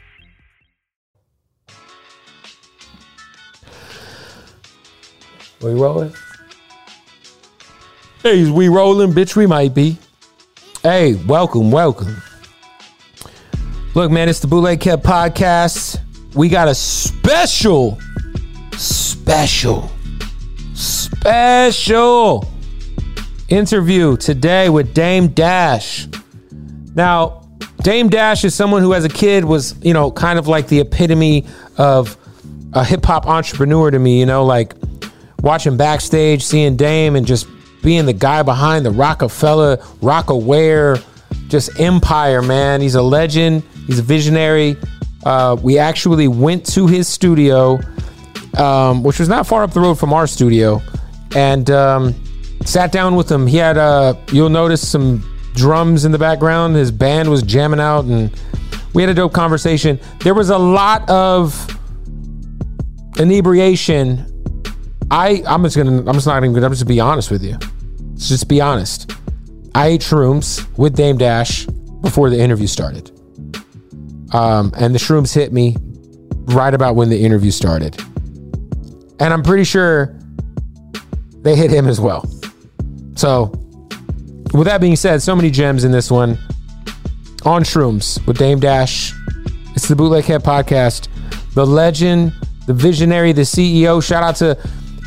We rolling? Hey, is we rolling? Bitch, we might be. Hey, welcome, welcome. Look, man, it's the Bootleg Kept podcast. We got a special, special, special interview today with Dame Dash. Now, Dame Dash is someone who, as a kid, was, you know, kind of like the epitome of a hip hop entrepreneur to me, you know, like watching backstage, seeing Dame, and just being the guy behind the Rockefeller, Rockaware, just empire, man. He's a legend. He's a visionary. Uh, we actually went to his studio, um, which was not far up the road from our studio, and um, sat down with him. He had, uh, you'll notice some drums in the background. His band was jamming out, and we had a dope conversation. There was a lot of inebriation I I'm just gonna I'm just not even gonna I'm just gonna be honest with you. Let's just be honest. I ate shrooms with Dame Dash before the interview started. Um, and the shrooms hit me right about when the interview started. And I'm pretty sure they hit him as well. So with that being said, so many gems in this one. On shrooms with Dame Dash. It's the Bootleg Head Podcast. The legend, the visionary, the CEO. Shout out to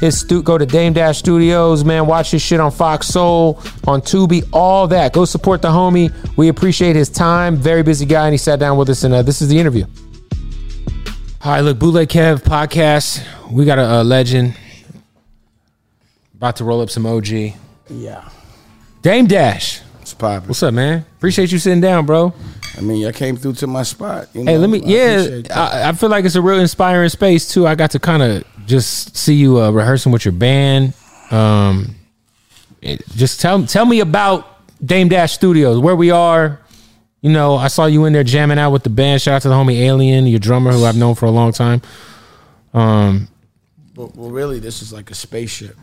his stu- go to Dame Dash Studios, man. Watch his shit on Fox Soul, on Tubi, all that. Go support the homie. We appreciate his time. Very busy guy, and he sat down with us, and uh, this is the interview. All right, look, Bootleg Kev podcast. We got a, a legend about to roll up some OG. Yeah, Dame Dash, it's popping. what's up, man? Appreciate you sitting down, bro. I mean, I came through to my spot. you Hey, know, let me. I Yeah, appreciate that. I, I feel like it's a real inspiring space too. I got to kind of just see you uh, rehearsing with your band. Um, it- just tell tell me about Dame Dash Studios, where we are. You know, I saw you in there jamming out with the band. Shout out to the homie Alien, your drummer who I've known for a long time. Um, well, well, really, this is like a spaceship,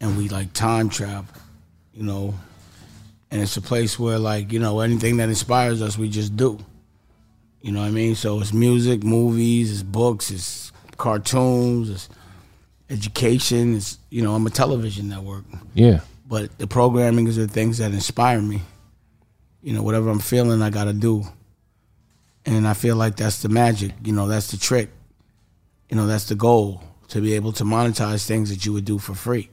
and we like time travel, you know. And it's a place where, like, you know, anything that inspires us, we just do. You know what I mean? So it's music, movies, it's books, it's cartoons, it's education. It's you know, I'm a television network. yeah, but the programming is the things that inspire me. You know, whatever I'm feeling, I gotta do. And I feel like that's the magic. You know, that's the trick. You know, that's the goal to be able to monetize things that you would do for free.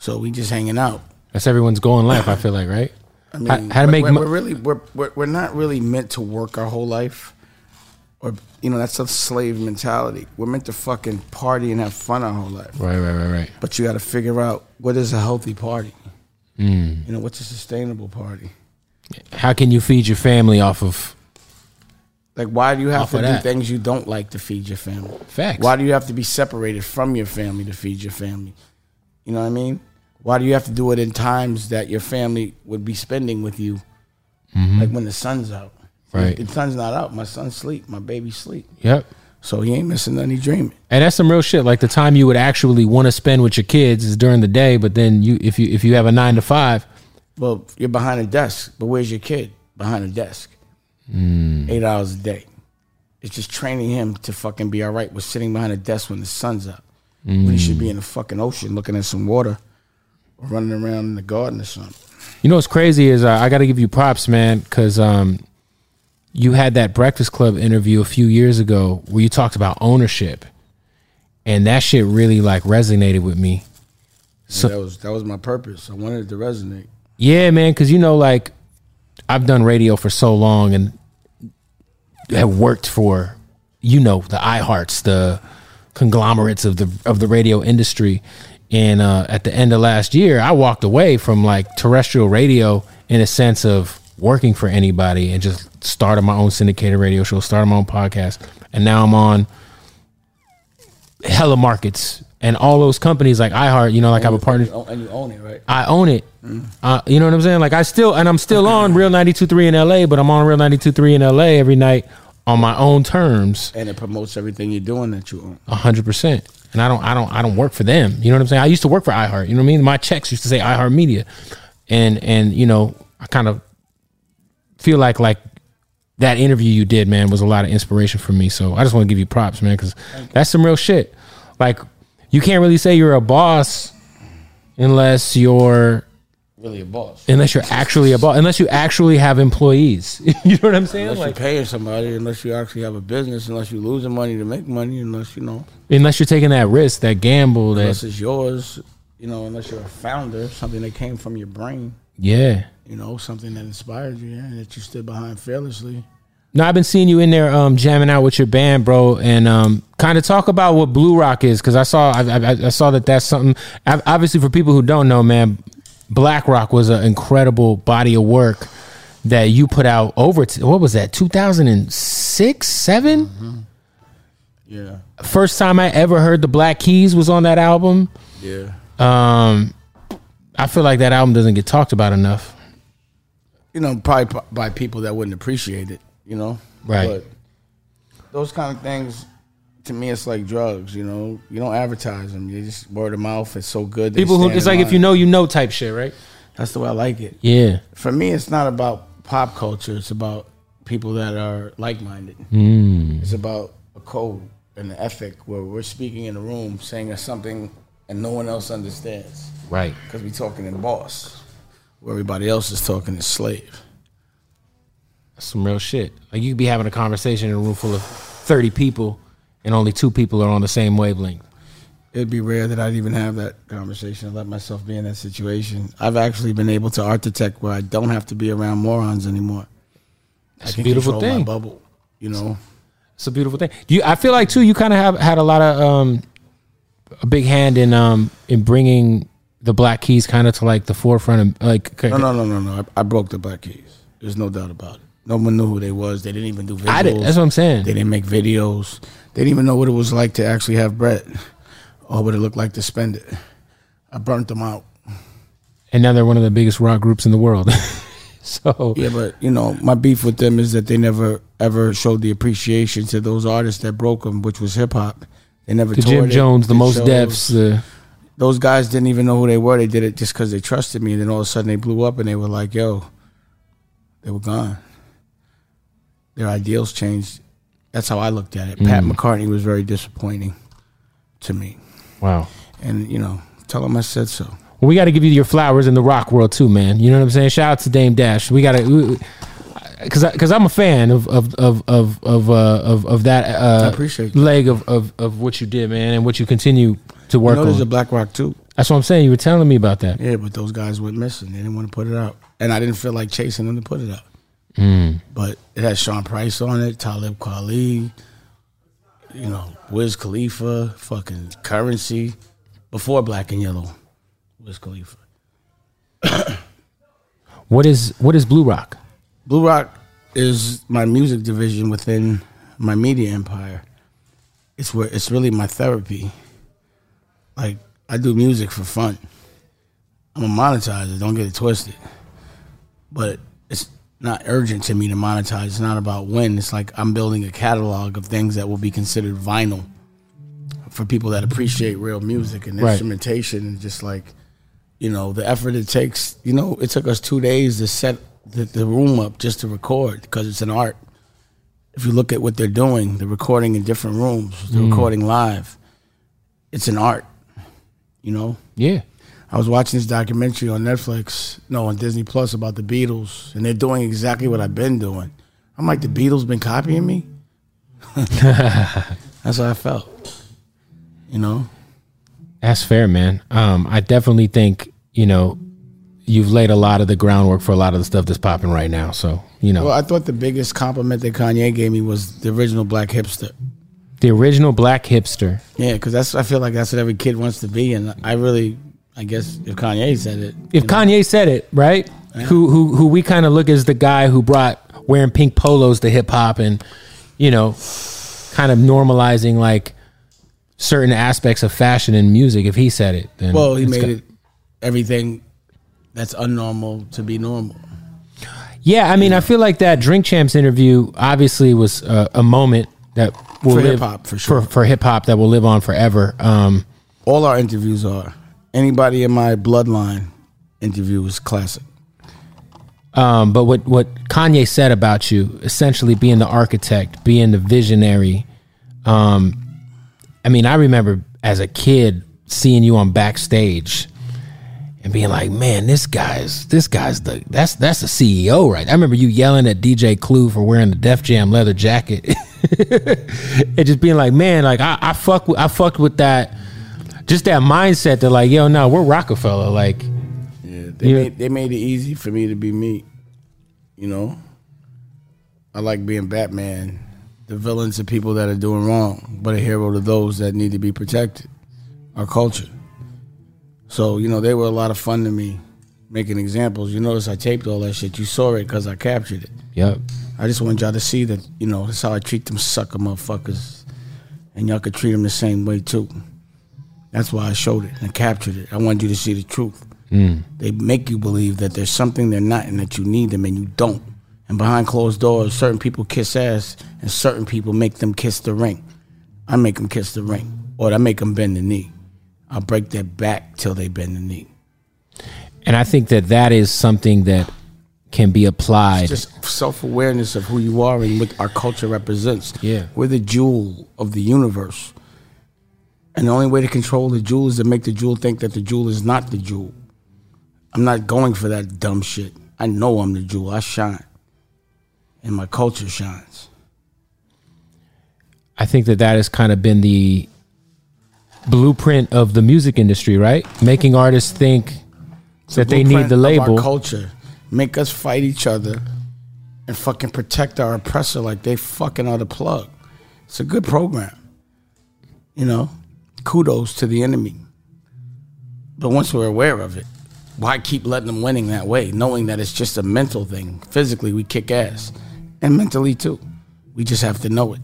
So we just hanging out. that's everyone's goal in life. I feel like right. I How- how to we're- make we're, mo- we're really we're, we're we're not really meant to work our whole life, or you know, that's a slave mentality. We're meant to fucking party and have fun our whole life Right, right, right, right. but you got to figure out what is a healthy party. Mm. You know, what's a sustainable party? How can you feed your family off of Like, why do you have Off to of do that. things you don't like to feed your family? Facts. Why do you have to be separated from your family to feed your family? You know what I mean? Why do you have to do it in times that your family would be spending with you? Like when the sun's out. Mm-hmm. Right. The sun's not out. My son's sleep. My baby's sleep. Yep. So he ain't missing none. He dreaming. And that's some real shit. Like the time you would actually want to spend with your kids is during the day, but then you if you if you have a nine to five, Well, you're behind a desk, but where's your kid? Behind a desk. Hmm. Eight hours a day. It's just training him to fucking be all right with sitting behind a desk when the sun's up. When he should be in the fucking ocean looking at some water or running around in the garden or something. You know what's crazy is uh, I got to give you props, man, because um, you had that Breakfast Club interview a few years ago where you talked about ownership, and that shit really like resonated with me. So that was that was my purpose. I wanted it to resonate. Yeah, man, because you know, like I've done radio for so long and have worked for, you know, the iHearts, the conglomerates of the of the radio industry. And uh, at the end of last year, I walked away from like terrestrial radio in a sense of working for anybody and just started my own syndicated radio show, started my own podcast, and now I'm on hella markets and all those companies like iHeart. You know, like I have a partner. Oh, and you own it, right? I own it. Uh, you know what I'm saying? Like I still and I'm still on Real 92.3 in LA, but I'm on Real 92.3 in LA every night on my own terms, And it promotes everything you're doing that you own. 100%. And I don't I don't I don't work for them. You know what I'm saying? I used to work for iHeart, you know what I mean? My checks used to say iHeart Media. And and you know, I kind of feel like like that interview you did, man, was a lot of inspiration for me. So I just want to give you props, man, cuz that's some real shit. Like you can't really say you're a boss unless you're Really a boss. unless you're actually a boss, unless you actually have employees. you know what I'm saying? Unless Like, you're paying somebody, unless you actually have a business, unless you're losing money to make money, unless you know, unless you're taking that risk, that gamble, unless that it's yours, you know, unless you're a founder, something that came from your brain, yeah. you know, something that inspired you, yeah, and that you stood behind fearlessly. No, I've been seeing you in there um, jamming out with your band, bro, and um, kind of talk about what Blue Rock is because I saw I, I, I saw that that's something. ob- Obviously, for people who don't know, man, Black Rock was an incredible body of work that you put out over. T- what was that? Two thousand and six, seven. Mm-hmm. Yeah, First time I ever heard the Black Keys was on that album. yeah. I feel like that album doesn't get talked about enough. You know, probably p- by people that wouldn't appreciate it, you know, Right. But those kind of things, to me, it's like drugs. You know, you don't advertise them; you just word of mouth. It's so good. they people who stand it's in like if line. you know you know type shit right that's the way I like it. yeah for me, it's not about pop culture. It's about people that are like-minded. Hmm. It's about a code and an ethic where we're speaking in a room, saying something, and no one else understands right because we're talking in boss, where everybody else is talking in slave. that's some real shit like you could be having a conversation in a room full of 30 people and only two people are on the same wavelength It'd be rare that I'd even have that conversation and let myself be in that situation. I've actually been able to architect where I don't have to be around morons anymore. That's a beautiful thing. My bubble, you know. it's a beautiful thing Do you i feel like too you kind of have had a lot of um a big hand in um in bringing the black keys kind of to like the forefront of like No, no, no, no, no. I, I broke the Black Keys. There's no doubt about it. No one knew who they was. They didn't even do visuals. I did, that's what i'm saying They didn't make videos. They didn't even know what it was like to actually have bread or what it looked like to spend it. I burnt them out. and now they're one of the biggest rock groups in the world so Yeah, but you know, my beef with them is that they never ever showed the appreciation to those artists that broke them, which was hip hop. They never the jim toured it, jones the did most shows. deaths the those guys didn't even know who they were. They did it just because they trusted me. And then all of a sudden they blew up and they were like, yo, they were gone. Their ideals changed. That's how I looked at it. Pat McCartney was very disappointing to me. wow And, you know, tell him I said so. Well, we got to give you your flowers in the rock world too, man. You know what I'm saying? Shout out to Dame Dash. We got to, because because I'm a fan of of of of of uh, of, of that uh, appreciate that. leg of, of of what you did, man, and what you continue to work You know, there's a on. Black Rock too. That's what I'm saying. You were telling me about that. Yeah, but those guys went missing. They didn't want to put it out. And I didn't feel like chasing them to put it out. But it had Sean Price on it, Talib Kweli, you know, Wiz Khalifa, fucking Currency, before Black and Yellow, Wiz Khalifa. What is what is Blue Rock? Blue Rock is my music division within my media empire. It's where it's really my therapy. Like I do music for fun. I'm a monetizer. Don't get it twisted. But it's not urgent to me to monetize. It's not about when. It's like I'm building a catalog of things that will be considered vinyl for people that appreciate real music and Right. instrumentation and just like you know the effort it takes. You know, it took us two days to set the, the room up just to record because it's an art. If you look at what they're doing, the recording in different rooms, the recording live, it's an art. You know, Yeah. I was watching this documentary on Netflix, no, on Disney Plus about the Beatles, and they're doing exactly what I've been doing. I'm like, the Beatles been copying me? That's how I felt. You know? That's fair, man. Um, I definitely think you know you've laid a lot of the groundwork for a lot of the stuff that's popping right now. So you know Well, I thought the biggest compliment that Kanye gave me was the original black hipster. the original black hipster. Yeah, because that's I feel like that's what every kid wants to be, and I really, I guess if Kanye said it, If Kanye said it, right? Who who who we kind of look as the guy who brought wearing pink polos to hip hop and you know kind of normalizing like certain aspects of fashion and music. If he said it, then well, he it's made got- it everything that's unnormal to be normal. Yeah, I mean, I feel like that Drink Champs interview obviously was a, a moment that will For live hip-hop, for sure. for, hip hop that will live on forever. Um, all our interviews are. Anybody in my bloodline interview is classic. um, but what what Kanye said about you, essentially being the architect, being the visionary. Um, I mean, I remember as a kid seeing you on backstage and being like, "Man, this guy's this guy's the that's that's the CEO, right?" I remember you yelling at DJ Clue for wearing the Def Jam leather jacket. and just being like, man, like I, I fuck with, I fucked with that, just that mindset that like, yo, no, we're Rockefeller, like, They, Yeah. made, they made it easy for me to be me. You know, I like being Batman, the villain to people that are doing wrong, but a hero to those that need to be protected. Our culture. So you know, they were a lot of fun to me, making examples. You notice I taped all that shit. You saw it because I captured it. yep, I just want y'all to see that, you know, that's how I treat them sucker motherfuckers. And y'all could treat them the same way too. That's why I showed it and captured it. I wanted you to see the truth. They make you believe that there's something they're not and that you need them and you don't. And behind closed doors, certain people kiss ass and certain people make them kiss the ring. I make them kiss the ring or I make them bend the knee. I break their back till they bend the knee. and I think that that is something that can be applied. just self awareness of who you are and what our culture represents. Yeah. We're the jewel of the universe. And the only way to control the jewel is to make the jewel think that the jewel is not the jewel. I'm not going for that dumb shit. I know I'm the jewel. I shine. And my culture shines. I think that that has kind of been the blueprint of the music industry, right? Making artists think that they need blueprint the of label. Our culture make us fight each other and fucking protect our oppressor like they fucking are the plug. It's a good program, you know. Kudos to the enemy. But once we're aware of it, why keep letting them winning that way, knowing that it's just a mental thing? Physically, we kick ass, and mentally too. We just have to know it.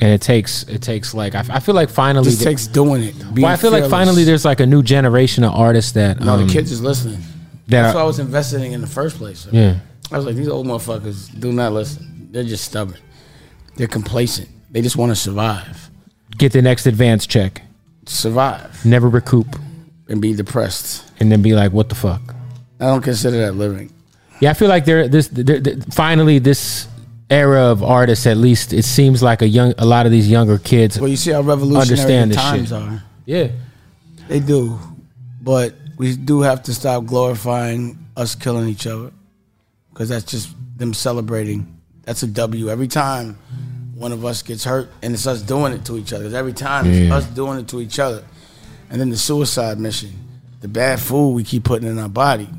and it takes it takes like I, f- I feel like finally. Just that- takes doing it. being well, I feel like fearless. finally there's like a new generation of artists that no um, the kids is listening. that That's are- why I was investing in the first place. yeah. I was like, these old motherfuckers do not listen. They're just stubborn. They're complacent. They just want to survive, get the next advance check, survive, never recoup, and be depressed. and then be like, what the fuck? I don't consider that living. Yeah, I feel like there. This there, there- finally this era of artists, at least it seems like a young, a lot of these younger kids. Well, you see how revolutionary Understand the this times shit. are. Yeah, They do, but we do have to stop glorifying us killing each other, because that's just them celebrating. That's a W every time one of us gets hurt, and it's us doing it to each other. 'Cause every time it's Yeah. us doing it to each other, and then the suicide mission, the bad food we keep putting in our body.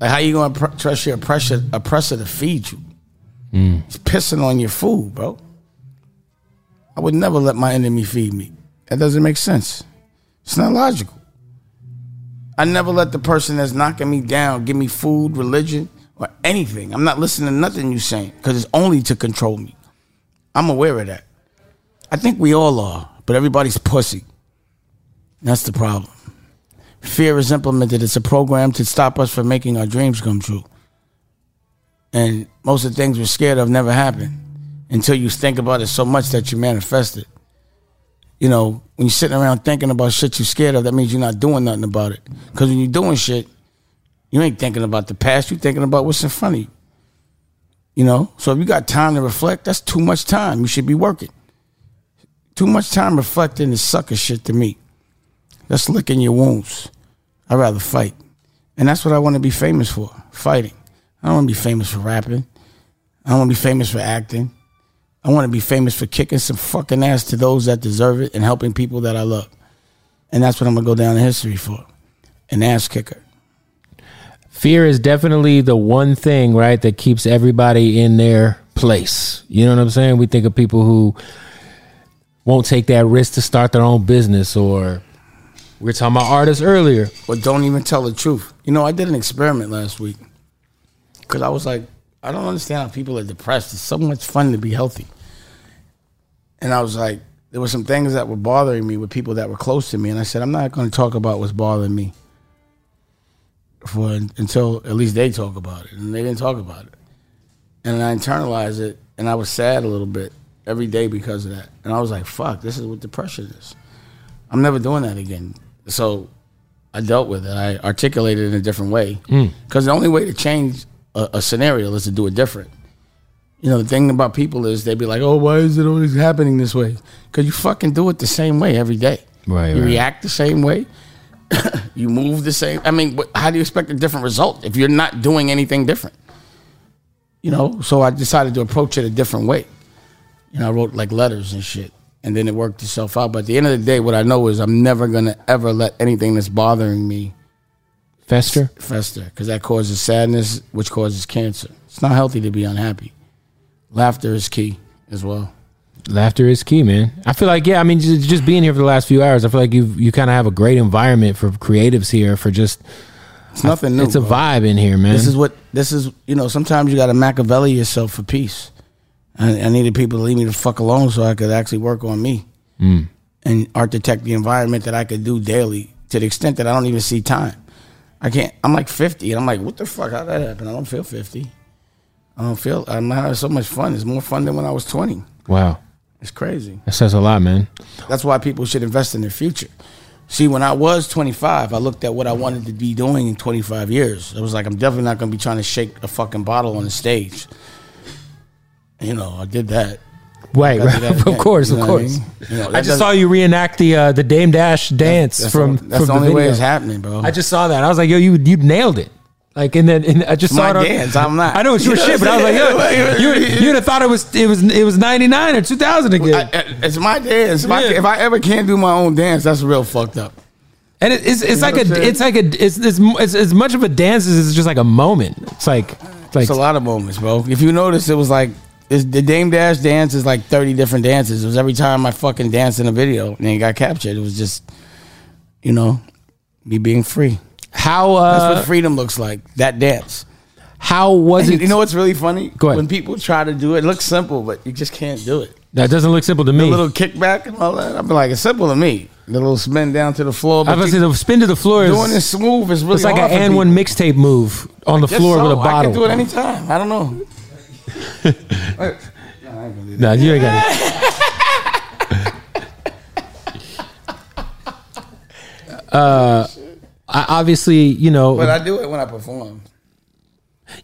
Like, how you gonna pr- trust your oppressor, oppressor to feed you? He's pissing on your food, bro. I would never let my enemy feed me. That doesn't make sense. It's not logical. I never let the person that's knocking me down give me food, religion, or anything. I'm not listening to nothing you saying because it's only to control me. I'm aware of that. I think we all are, but everybody's pussy. That's the problem. Fear is implemented. It's a program to stop us from making our dreams come true. And most of the things we're scared of never happen until you think about it so much that you manifest it. You know, when you're sitting around thinking about shit you're scared of, that means you're not doing nothing about it. Because when you're doing shit, you ain't thinking about the past. You're thinking about what's in front of you. You know, so if you got time to reflect, that's too much time. You should be working. Too much time reflecting is sucker shit to me. That's licking your wounds. I'd rather fight. And that's what I want to be famous for fighting. I don't want to be famous for rapping. I don't want to be famous for acting. I want to be famous for kicking some fucking ass to those that deserve it and helping people that I love. And that's what I'm going to go down in history for an ass kicker. Fear is definitely the one thing, right, that keeps everybody in their place. You know what I'm saying? We think of people who won't take that risk to start their own business, or we were talking about artists earlier. or don't even tell the truth. You know, I did an experiment last week because I was like, I don't understand how people are depressed. It's so much fun to be healthy. And I was like, there were some things that were bothering me with people that were close to me, and I said, I'm not going to talk about what's bothering me for until at least they talk about it, and they didn't talk about it. And I internalized it, and I was sad a little bit every day because of that. And I was like, fuck, this is what depression is. I'm never doing that again. So I dealt with it. I articulated it in a different way Hmm. because the only way to change a, a scenario is to do it different. You know, the thing about people is they be like, "Oh, why is it always happening this way?" Because you fucking do it the same way every day. Right, You right. react the same way. you move the same. I mean, what, how do you expect a different result if you're not doing anything different? You know. So I decided to approach it a different way. You know, I wrote like letters and shit, and then it worked itself out. But at the end of the day, what I know is I'm never gonna ever let anything that's bothering me Fester? fester because that causes sadness, which causes cancer. It's not healthy to be unhappy. Laughter is key as well. Laughter is key, man. I feel like, yeah, I mean, just, just being here for the last few hours, I feel like you you kind of have a great environment for creatives here, for just, It's nothing new. it's a bro. vibe in here, man. This is what this is. You know, sometimes you got to Machiavelli yourself for peace. I, I needed people to leave me the fuck alone so I could actually work on me and architect the environment that I could do daily to the extent that I don't even see time. I can't. I'm like 50, and I'm like, what the fuck? How that happen? I don't feel 50. I don't feel. I'm not having so much fun. It's more fun than when I was 20. wow. It's crazy. That says a lot, man. That's why people should invest in their future. See, when I was 25, I looked at what I wanted to be doing in 25 years. I was like, I'm definitely not going to be trying to shake a fucking bottle on the stage. You know, I did that. Right, I did right. that of again, course, you of know what I course. mean? You know, that I just doesn't- saw you reenact the uh, the Dame Dash dance that's from the, from that's the only way video. it's happening, bro. I just saw that. I was like, yo, you you nailed it. Like and then and I just My saw it. on- dance, I'm not. I know it's your You know shit, but I was like, yo, you would- you'd have thought it was it was it was ninety nine or two thousand again. I- I- it's my dance. If, I, Yeah. if I ever can't do my own dance, that's real fucked up. and it, it's it's know like what I'm a saying? it's like a it's it's mo- it's as much of a dance as it's just like a moment. It's like it's like It's a lot of moments, bro. If you notice, it was like it's, the Dame Dash dance is like thirty different dances. It was every time I fucking danced in a video and it got captured. It was just, you know, me being free. how That's uh what freedom looks like. That dance. how was You it? know what's really funny? Go ahead. When people try to do it, it looks simple, but you just can't do it. that doesn't look simple to me. The little kickback and all that. I'm like, it's simple to me. The little spin down to the floor. I But was you- gonna say the spin to the floor is doing this smooth is really it's like hard an for and people. one mixtape move on the Guess floor with a so. I bottle. can do it anytime. I don't know. No, you ain't got it. Uh, I obviously, you know, But I do it when I perform.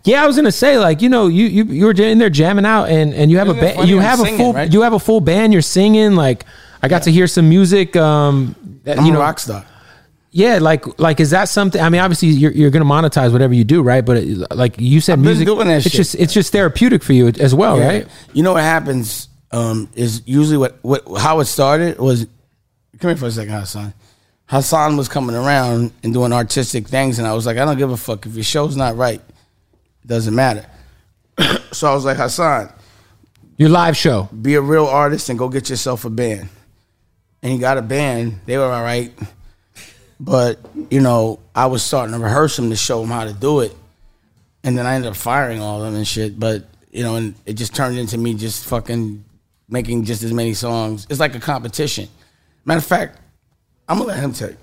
yeah, I was gonna say, like, you know, you you you were in there jamming out, and and you have Isn't it a ba- funny you I'm have a singing, full right? you have a full band. You're singing, like, I got to hear some music. Um, that, I'm you a know, rock star. yeah, like like is that something? I mean, obviously, you're you're gonna monetize whatever you do, right? But it, like you said, been music, doing that it's shit. just it's just therapeutic for you as well, Yeah. right? You know what happens um, is usually what, what how it started was come here for a second, Hassan. Hassan was coming around and doing artistic things, and I was like, I don't give a fuck if your show's not right, it doesn't matter. so I was like, Hassan, Your live show, be a real artist and go get yourself a band. And he got a band. They were all right. But, you know, I was starting to rehearse them to show them how to do it. And then I ended up firing all of them and shit. But, you know, and it just turned into me just fucking making just as many songs. It's like a competition. Matter of fact, I'm going to let him tell you.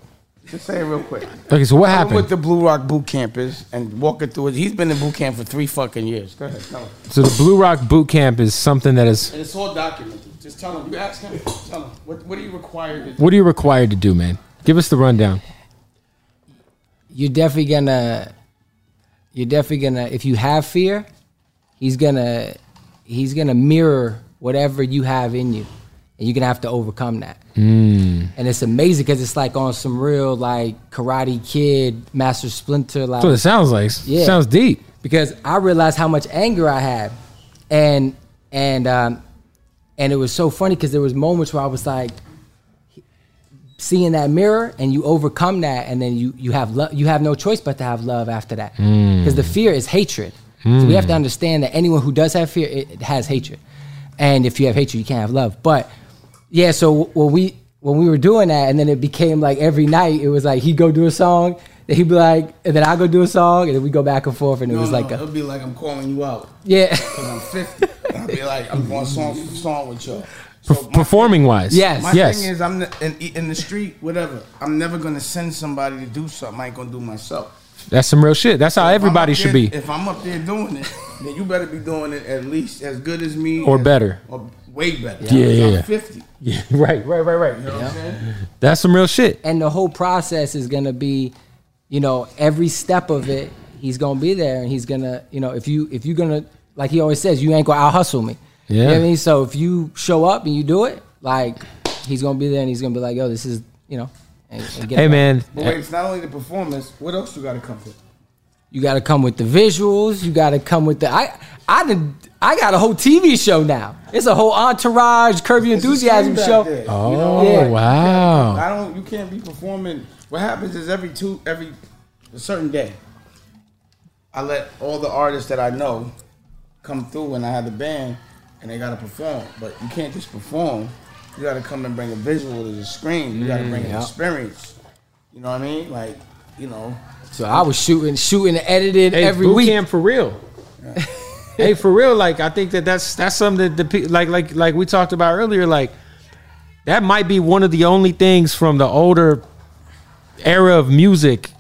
Just say it real quick. Okay, so what Tell them happened? What the Blue Rock boot camp is and walking through it. He's been in boot camp for three fucking years. Go ahead. Tell him. so the Blue Rock Boot Camp is something that is. And it's all documented. Just tell him. You ask him. Tell him. What, what are you required to do? What are you required to do, man? Give us the rundown. you're definitely gonna you're definitely gonna if you have fear he's gonna he's gonna mirror whatever you have in you and you're gonna have to overcome that and it's amazing because it's like on some real like karate kid master splinter like That's what it sounds like. Yeah. Sounds deep. because I realized how much anger I had, and and um, and it was so funny because there was moments where I was like seeing that mirror, and you overcome that, and then you you have love, you have no choice but to have love after that, because the fear is hatred. So we have to understand that anyone who does have fear it, it has hatred, and if you have hatred, you can't have love. But yeah, so when we when we were doing that, and then it became like every night it was like he'd go do a song. Then he'd be like, and then I go do a song, and then we go back and forth, and it No, was no, like a, it'll be like I'm calling you out. yeah, 'cause I'm 50. I'll be like, I'm going song for song with y'all. Per- So my- performing wise. Yes. My yes. thing is, uh, I'm ne- in, in the street, whatever. I'm never gonna send somebody to do something. I ain't gonna do myself. That's some real shit. That's how If I'm everybody up should there- be. If I'm up there doing it, then you better be doing it at least as good as me, Or as- better. or way better. Yeah, yeah, I'm yeah. Fifty. Yeah, right, right, right, right. You know what I'm saying? That's some real shit. and the whole process is gonna be, you know, every step of it, he's gonna be there, and he's gonna, you know, if you if you're gonna, like he always says, you ain't gonna out hustle me. you know what Yeah. I mean, so if you show up and you do it, like he's gonna be there, and he's gonna be like, yo, this is, you know, and, and get it Hey, back. man. But wait, it's not only the performance. What else you gotta come with? You got to come with the visuals. You got to come with the I I did, I got a whole TV show now. It's a whole entourage, Curb Your It's a Enthusiasm screen back show. there, you Oh, know? Yeah. wow. Oh. I don't. You can't be performing. What happens is every two, every a certain day, I let all the artists that I know come through when I had the band, and they gotta perform. But you can't just perform. You gotta come and bring a visual to the screen. You gotta Mm, bring an experience. You know what I mean? Like, you know, So I was shooting, shooting, and editing Hey, every boot week. camp for real. hey, for real. Like I think that that's that's something that the pe- like like like we talked about earlier. Like that might be one of the only things from the older era of music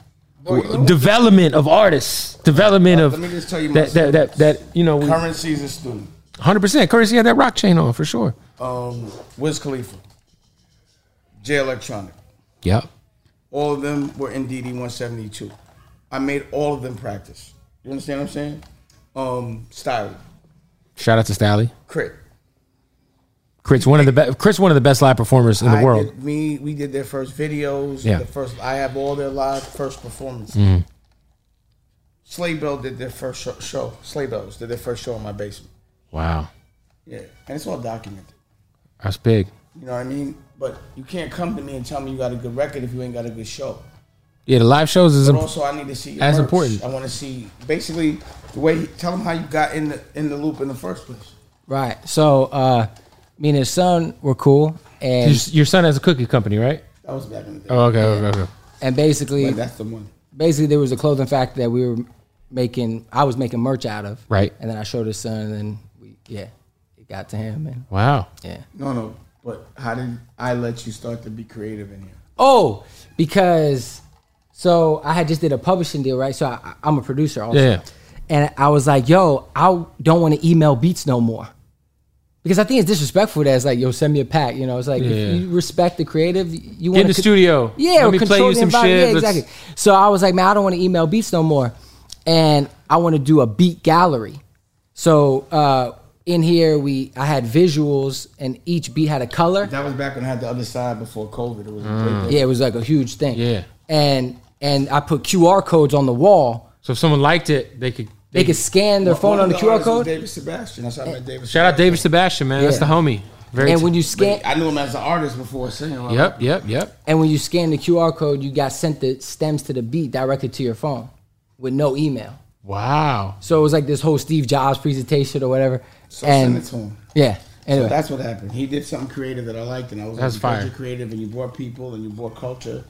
w- development of artists, development of let me just tell you my that, that that that you know we currency's a student. hundred percent currency had that rock chain on for sure. Um, Wiz Khalifa, J Electronic. Yep. All of them were in DD 172. I made all of them practice. You understand what I'm saying? Um, style, Shout out to Stally. crit. Chris, one of the best. Chris, one of the best live performers in the I world. Did, me, we did their first videos. Yeah. Mm-hmm. The first, I have all their live first performances. Sleigh Bell did their first show, show. Sleigh Bells did their first show in my basement. Wow, Yeah, and it's all documented. that's big. You know what I mean? But you can't come to me and tell me you got a good record if you ain't got a good show. Yeah, the live shows is. But Imp- also, I need to see your As merch. important. I want to see basically the way. Tell them how you got in the in the loop in the first place. Right. So uh, me and his son were cool, your, and your son has a cookie company, right? That was back in the day. Oh, okay, okay, okay. and basically, But that's the one. basically there was a clothing factory that we were making. I was making merch out of. Right. And then I showed his son, and then we, yeah, it got to him, and Wow. yeah. No, no. But how did I let you start to be creative in here? Oh, because so I had just did a publishing deal, right? So I, I'm a producer also, Yeah. and I was like, "Yo, I don't want to email beats no more," because I think it's disrespectful. That's like, "Yo, send me a pack." You know, it's like Yeah. if you respect the creative. You Get want in the studio. yeah, Let or me play control you the some environment. shit. Yeah, Let's- exactly. So I was like, man, I don't want to email beats no more, and I want to do a beat gallery. So uh, in here, we I had visuals, and each beat had a color. That was back when I had the other side before COVID. It was a big Yeah, it was like a huge thing. Yeah. And and I put QR codes on the wall. So if someone liked it, they could. They could scan their phone on the QR code. David Sebastian. That's how I met David. shout out David Sebastian. Sebastian, man. That's Yeah. the homie. Very. And t- when you scan I knew him as an artist before singing. right? Yep, yep, yep. and when you scan the QR code, you got sent the stems to the beat directly to your phone with no email. Wow. So it was like this whole Steve Jobs presentation or whatever. So and send it to him. yeah. Anyway, So that's what happened. He did something creative that I liked, and I was That's like, you guys fire. are creative, and you brought people, and you brought culture.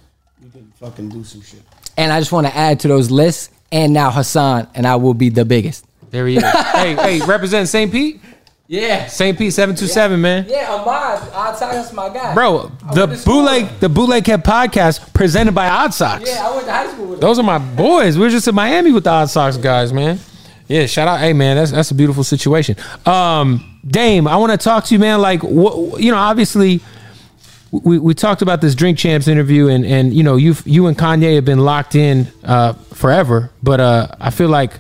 You can fucking do some shit. and I just want to add to those lists. And now Hassan and I will be the biggest. There he is. hey, hey, represent St. Pete. Yeah. St. Pete 727, man. Yeah, Ahmad, Odd Socks, my guy. Bro, I the went to school with bootleg him. the bootleg head podcast presented by Odd Socks. Yeah, I went to high school with him. Those are my boys. We were just in Miami with the Odd Sox guys, man. Yeah, shout out. Hey, man, that's that's a beautiful situation. Um, Dame, I want to talk to you, man. Like, what you know, obviously, we, we talked about this Drink Champs interview, and and you know, you you and Kanye have been locked in uh, forever, but uh, I feel like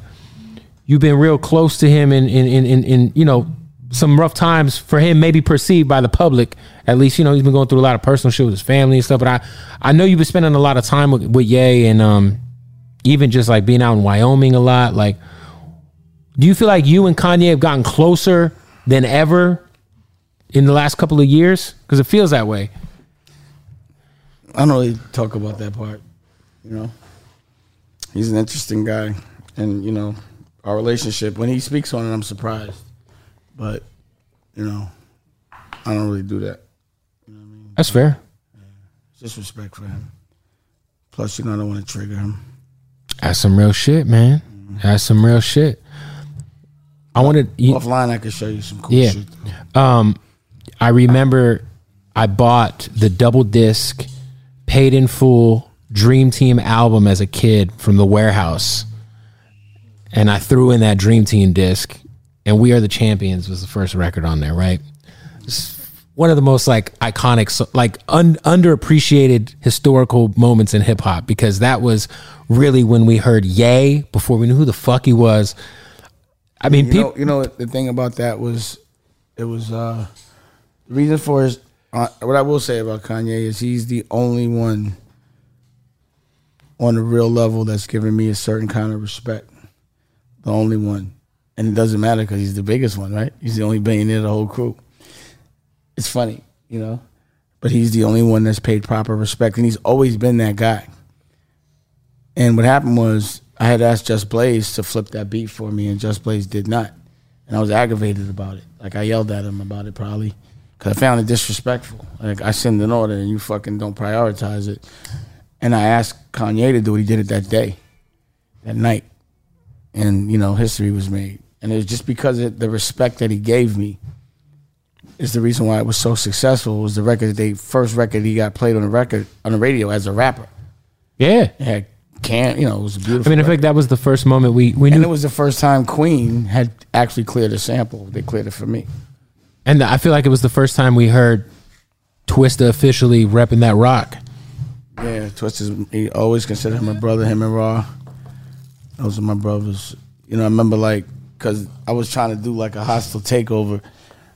you've been real close to him, in in, in in in you know some rough times for him, maybe perceived by the public. At least you know he's been going through a lot of personal shit with his family and stuff. But I I know you've been spending a lot of time with with Ye and um even just like being out in Wyoming a lot. Like, do you feel like you and Kanye have gotten closer than ever in the last couple of years? Because it feels that way. I don't really talk about that part. You know, he's an interesting guy, and you know, our relationship. When he speaks on it, I'm surprised, but you know, I don't really do that. That's fair. It's just respect for him. Plus, you know, I don't want to trigger him. That's some real shit, man. That's some real shit. I wanted you, Offline, I could show you some cool Yeah. shit. um, I remember I bought the double disc, paid in full Dream Team album as a kid from the warehouse, and I threw in that Dream Team disc, and "We Are the Champions" was the first record on there, right? It's one of the most like iconic, so- like un- underappreciated historical moments in hip hop because that was really when we heard Yay before we knew who the fuck he was. I mean, You people. know, you know the thing about that was, it was uh, the reason for his. Uh, what I will say about Kanye is he's the only one on a real level that's giving me a certain kind of respect. The only one, and it doesn't matter because he's the biggest one, right? He's the only billionaire of the whole crew. It's funny, you know, but he's the only one that's paid proper respect, and he's always been that guy. And what happened was I had asked Just Blaze to flip that beat for me, and Just Blaze did not. And I was aggravated about it. Like I yelled at him about it probably because I found it disrespectful. Like I send an order and you fucking don't prioritize it. And I asked Kanye to do it. He did it that day, that night, and you know history was made. And it was just because of the respect that he gave me is the reason why it was so successful. It was the record they first record he got played on the record on the radio as a rapper. yeah. It had can you know it was a I beautiful. mean, in record. fact, that was the first moment we, we knew And it was the first time Queen had actually cleared a sample. They cleared it for me. And I feel like it was the first time we heard Twista officially repping that rock. Yeah, Twist is, he always considered him a brother, him and Raw. Those are my brothers. You know, I remember like, because I was trying to do like a hostile takeover.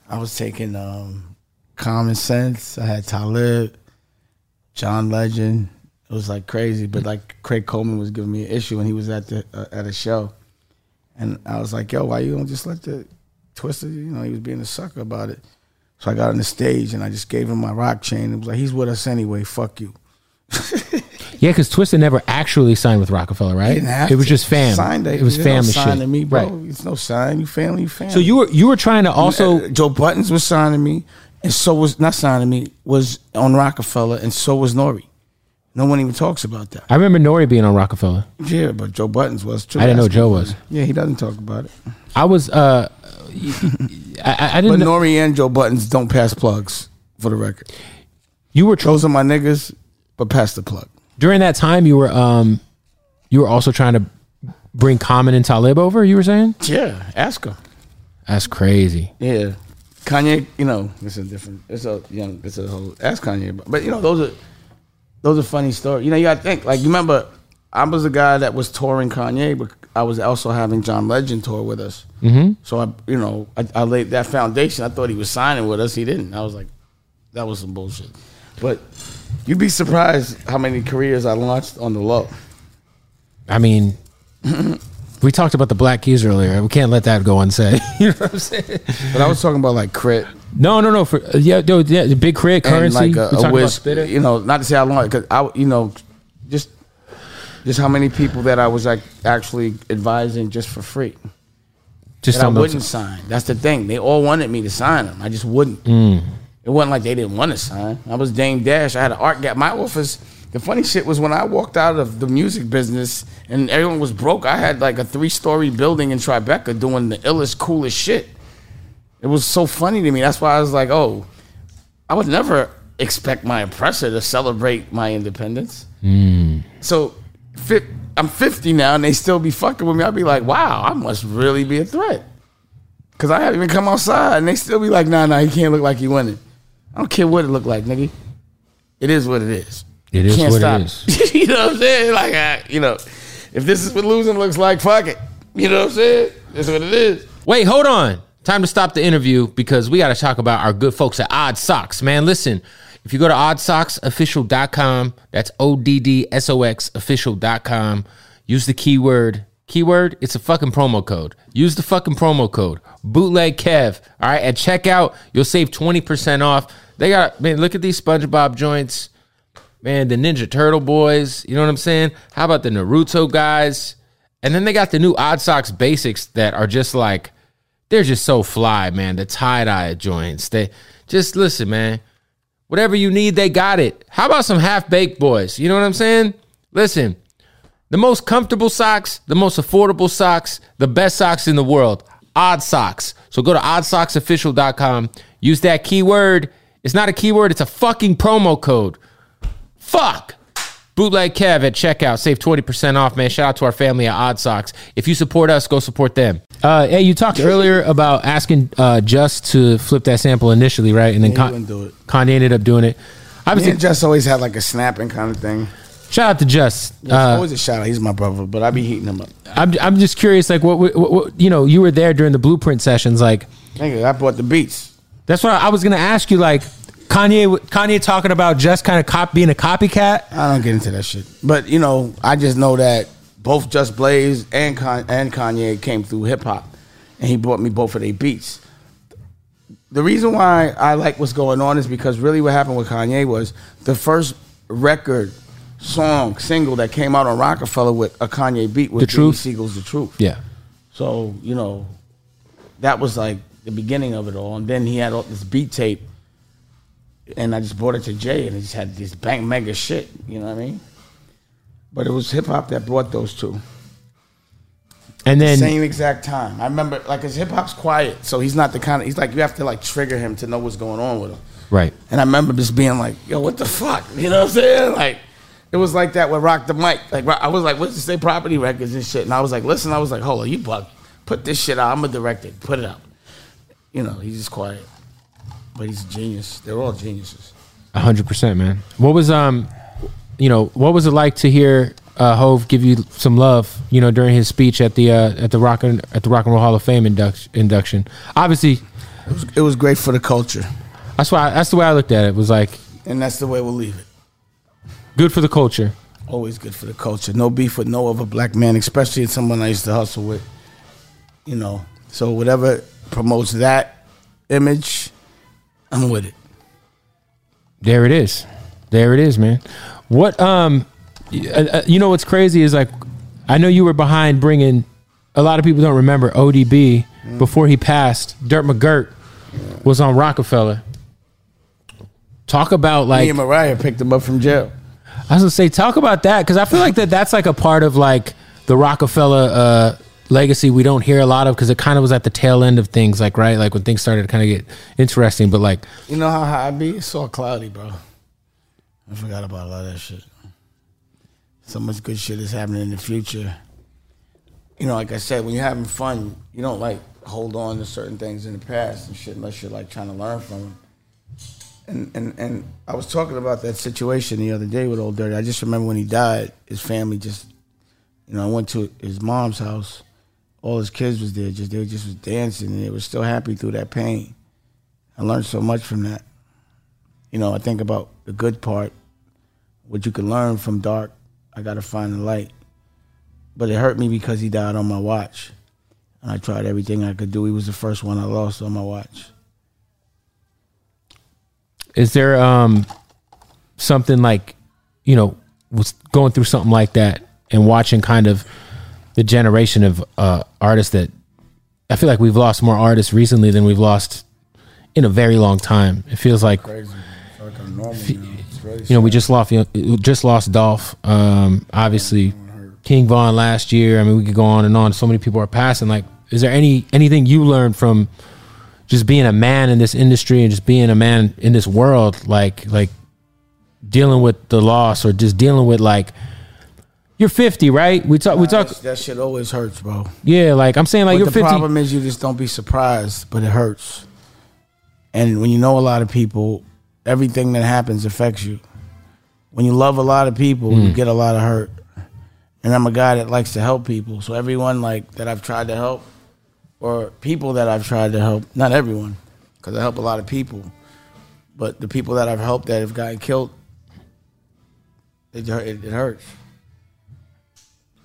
I was taking um, Common Sense. I had Talib, John Legend. It was like crazy, but like Craig Coleman was giving me an issue when he was at the uh, at a show, and I was like, "Yo, why you don't just let the Twister?" You know, he was being a sucker about it. So I got on the stage and I just gave him my rock chain. It was like, "He's with us anyway. Fuck you." Yeah, because Twista never actually signed with Rockefeller, right? They didn't have it was to. just fam. Sign that- it was there's no family sign shit. to me, bro. Right. It's no sign. You family, you family. So you were you were trying to also Uh, Joe Buttons was signing me, and so was not signing me was on Rockefeller, and so was Nori. No one even talks about that. I remember Nori being on Rockefeller. Yeah, but Joe Buttons was too. I didn't know That's- Joe was. Yeah, he doesn't talk about it. I was uh I- I, I But didn't know Nori and Joe Buttons don't pass plugs for the record. you were tr- Those are my niggas, but pass the plug. during that time you were um you were also trying to bring Common and Talib over, you were saying? Yeah, ask him. That's crazy. Yeah. Kanye, you know, it's a different. It's a young. It's a whole. Ask Kanye, about- but you know, those are those are funny stories. You know, you got to think. Like, you remember, I was the guy that was touring Kanye, but I was also having John Legend tour with us. Mm-hmm. So I, you know, I, I laid that foundation. I thought he was signing with us. He didn't. I was like, that was some bullshit. But you'd be surprised how many careers I launched on the low. I mean, we talked about the Black Keys earlier. We can't let that go unsaid. you know what I'm saying? But I was talking about like crit No, no, no. For uh, yeah, no, yeah, the big credit and currency. like We're a, talking a about whiz, Spitter. you know, not to say how long, because I, you know, just just how many people that I was like actually advising just for free Just that I on wouldn't those, sign. That's the thing; they all wanted me to sign them. I just wouldn't. Mm. It wasn't like they didn't want to sign. I was Dame Dash. I had an art gap. My office. The funny shit was when I walked out of the music business and everyone was broke. I had like a three story building in Tribeca doing the illest, coolest shit. It was so funny to me. That's why I was like, oh, I would never expect my oppressor to celebrate my independence. Mm. So fi I'm 50 now and they still be fucking with me. I'd be like, wow, I must really be a threat. Cause I haven't even come outside and they still be like, nah, nah, he can't look like he winning. I don't care what it look like, nigga. It is what it is. It You is can't what it stop is. you know what I'm saying? Like, I, you know, if this is what losing looks like, fuck it. You know what I'm saying? That's what it is. Wait, hold on. Time to stop the interview because we got to talk about our good folks at Odd Socks. Man, listen, if you go to oddsocksofficial.com, that's O D D S O X official.com, use the keyword. Keyword, it's a fucking promo code. Use the fucking promo code. Bootleg Kev. All right. At checkout, you'll save 20% off. They got, man, look at these SpongeBob joints. Man, the Ninja Turtle boys. You know what I'm saying? How about the Naruto guys? And then they got the new Odd Socks basics that are just like, they're just so fly, man. The tie dye joints. They just listen, man. Whatever you need, they got it. How about some half baked boys? You know what I'm saying? Listen, the most comfortable socks, the most affordable socks, the best socks in the world. Odd socks. So go to oddsocksofficial.com. Use that keyword. It's not a keyword, it's a fucking promo code. Fuck. Bootleg Kev at checkout. Save 20% off, man. Shout out to our family at Odd Socks. If you support us, go support them. Uh, hey, you talked earlier about asking uh, Just to flip that sample initially, right? And then Yeah, he Con- wouldn't do it. Kanye ended up doing it. Me Obviously, and Just always had like a snapping kind of thing. shout out to Just. Uh, always a shout out. He's my brother, but I be heating him up. I'm, I'm just curious, like, what, what, what, you know, you were there during the blueprint sessions. Like, Nigga, I bought the beats. that's what I, I was going to ask you, like, Kanye, Kanye talking about just kind of cop being a copycat. I don't get into that shit. But you know, I just know that both Just Blaze and Con- and Kanye came through hip hop, and he brought me both of their beats. The reason why I like what's going on is because really what happened with Kanye was the first record, song, single that came out on Rockefeller with a Kanye beat was The Diddy Truth? Siegel's "The Truth." Yeah. So you know, that was like the beginning of it all. And then he had all this beat tape, and I just brought it to Jay, and it just had this bang mega shit. You know what I mean? But it was hip hop that brought those two. And then, Same exact time. I remember, like, his hip hop's quiet, so he's not the kind of. He's like, you have to like trigger him to know what's going on with him. right. And I remember just being like, yo, what the fuck? You know what I'm saying? Like, it was like that with Rock the Mic. Like, I was like, what's this say? Property records and shit. And I was like, listen, I was like, hold on, you bug. Put this shit out. I'm a director. Put it out. You know, he's just quiet. But he's a genius. They're all geniuses. A hundred percent, man. What was um, you know, what was it like to hear uh, Hove give you some love? You know, during his speech at the uh, at the rock and at the Rock and Roll Hall of Fame induction. induction. Obviously, It was great for the culture. that's why that's the way I looked at it. Was like And that's the way we'll leave it. good for the culture. Always good for the culture. No beef with no other black man, especially it's someone I used to hustle with. You know, so whatever promotes that image, I'm with it. There it is. There it is, man. What um, y- uh, uh, you know what's crazy is like, I know you were behind bringing. A lot of people don't remember ODB before he passed. Dirt McGirt was on Rockefeller. Talk about like Me and Mariah picked him up from jail. I was gonna say, talk about that because I feel like that that's like a part of like the Rockefeller uh, legacy we don't hear a lot of because it kind of was at the tail end of things, like right, like when things started to kind of get interesting. But like, You know how high I be? It's all cloudy, bro. I forgot about a lot of that shit. So much good shit is happening in the future. You know, like I said, when you're having fun, you don't like hold on to certain things in the past and shit unless you're like trying to learn from them. And and and I was talking about that situation the other day with old Dirty. I just remember when he died, his family just, you know, I went to his mom's house. All his kids was there. Just they just was dancing and they were still happy through that pain. I learned so much from that. You know, I think about the good part, what you can learn from dark. I got to find the light. But it hurt me because he died on my watch. And I tried everything I could do. He was the first one I lost on my watch. is there um something like you know was going through something like that and watching kind of the generation of uh, artists that I feel like we've lost more artists recently than we've lost in a very long time. It feels like Like I'm normal now. It's really you know, we just lost just lost Dolph. Um, obviously, King Von last year. I mean, we could go on and on. So many people are passing. Like, is there any anything you learned from just being a man in this industry and just being a man in this world, like like dealing with the loss or just dealing with like you're 50, right? We talk we talk That- that shit always hurts, bro. yeah, like I'm saying like but you're the 50. problem is you just don't be surprised, but it hurts. And when you know a lot of people, everything that happens affects you. When you love a lot of people, Mm. you get a lot of hurt. And I'm a guy that likes to help people, so everyone like that I've tried to help, or people that I've tried to help, not everyone, because I help a lot of people, but the people that I've helped that have gotten killed, it, hurt- it, it hurts.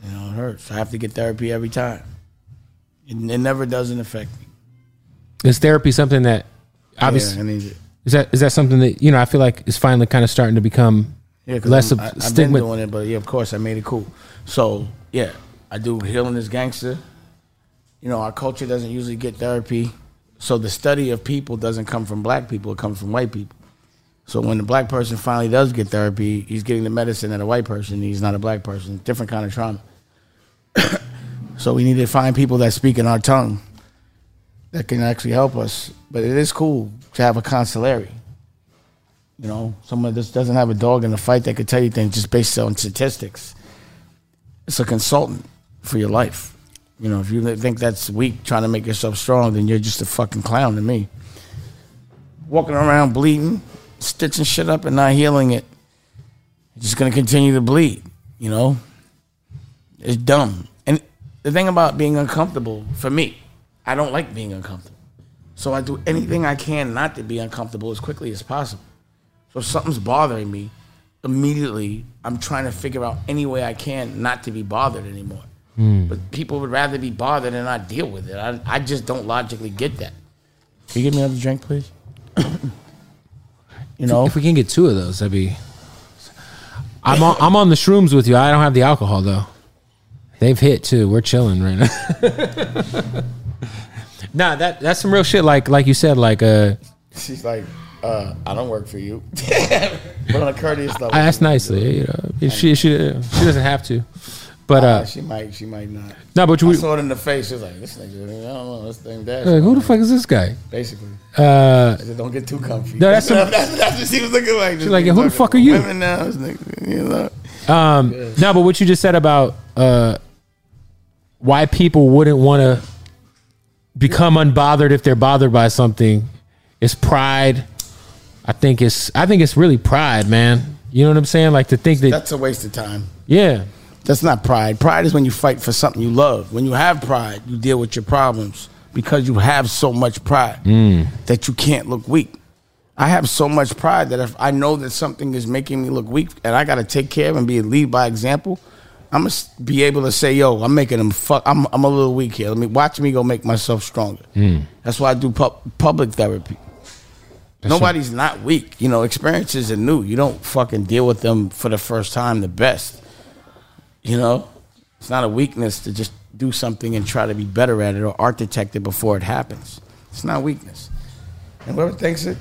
You know, it hurts. I have to get therapy every time. It, it never doesn't affect me. is therapy something that obviously Yeah, I need it. is that is that something that you know I feel like is finally kind of starting to become Yeah, 'cause less I'm- of I- I've stigma. been doing it, but yeah, of course I made it cool. So yeah, I do healing is gangster. You know, our culture doesn't usually get therapy, so the study of people doesn't come from black people; it comes from white people. So when the black person finally does get therapy, he's getting the medicine that a white person needs, not a black person. Different kind of trauma. so we need to find people that speak in our tongue that can actually help us. But it is cool to have a consulary. You know, someone that doesn't have a dog in the fight that could tell you things just based on statistics. It's a consultant for your life. You know, if you think that's weak, trying to make yourself strong, then you're just a fucking clown to me. Walking around bleeding, stitching shit up and not healing it, you're just gonna continue to bleed, you know? It's dumb. And the thing about being uncomfortable, for me, I don't like being uncomfortable. So I do anything I can not to be uncomfortable as quickly as possible. So if something's bothering me, immediately I'm trying to figure out any way I can not to be bothered anymore. But people would rather be bothered and not deal with it. I, I just don't logically get that. Can you give me another drink, please? you know, If we can get two of those, that'd be. I'm on, I'm on the shrooms with you. I don't have the alcohol though. They've hit too. We're chilling right now. nah, that that's some real shit. Like like you said, like uh, she's like, uh, I don't work for you. but on a courteous level, I asked nicely. You know, If she she she doesn't have to, but uh, she might, she might not. no, but I we saw it in the face. She was like, this nigga, I don't know, this thing that. like, who the fuck is this guy? Basically, Uh, I said, don't get too comfy. No, that's some- that's, that's what she was looking like. She's like, "Yo, who the fuck are you?" Women now, this nigga, you know. um, no, but what you just said about uh, why people wouldn't want to become unbothered if they're bothered by something is pride. I think it's I think it's really pride, man. You know what I'm saying? Like to think that That's a waste of time. yeah, That's not pride. Pride is when you fight for something you love. When you have pride, you deal with your problems because you have so much pride that you can't look weak. I have so much pride that if I know that something is making me look weak and I got to take care of and be a lead by example, I'm going to be able to say, yo, I'm making them fuck. I'm, I'm a little weak here. Let me watch me go make myself stronger. That's why I do pub- public therapy. Nobody's not weak. You know, experiences are new. You don't fucking deal with them for the first time the best. You know, it's not a weakness to just do something and try to be better at it or architect it before it happens. It's not weakness. And whoever thinks it,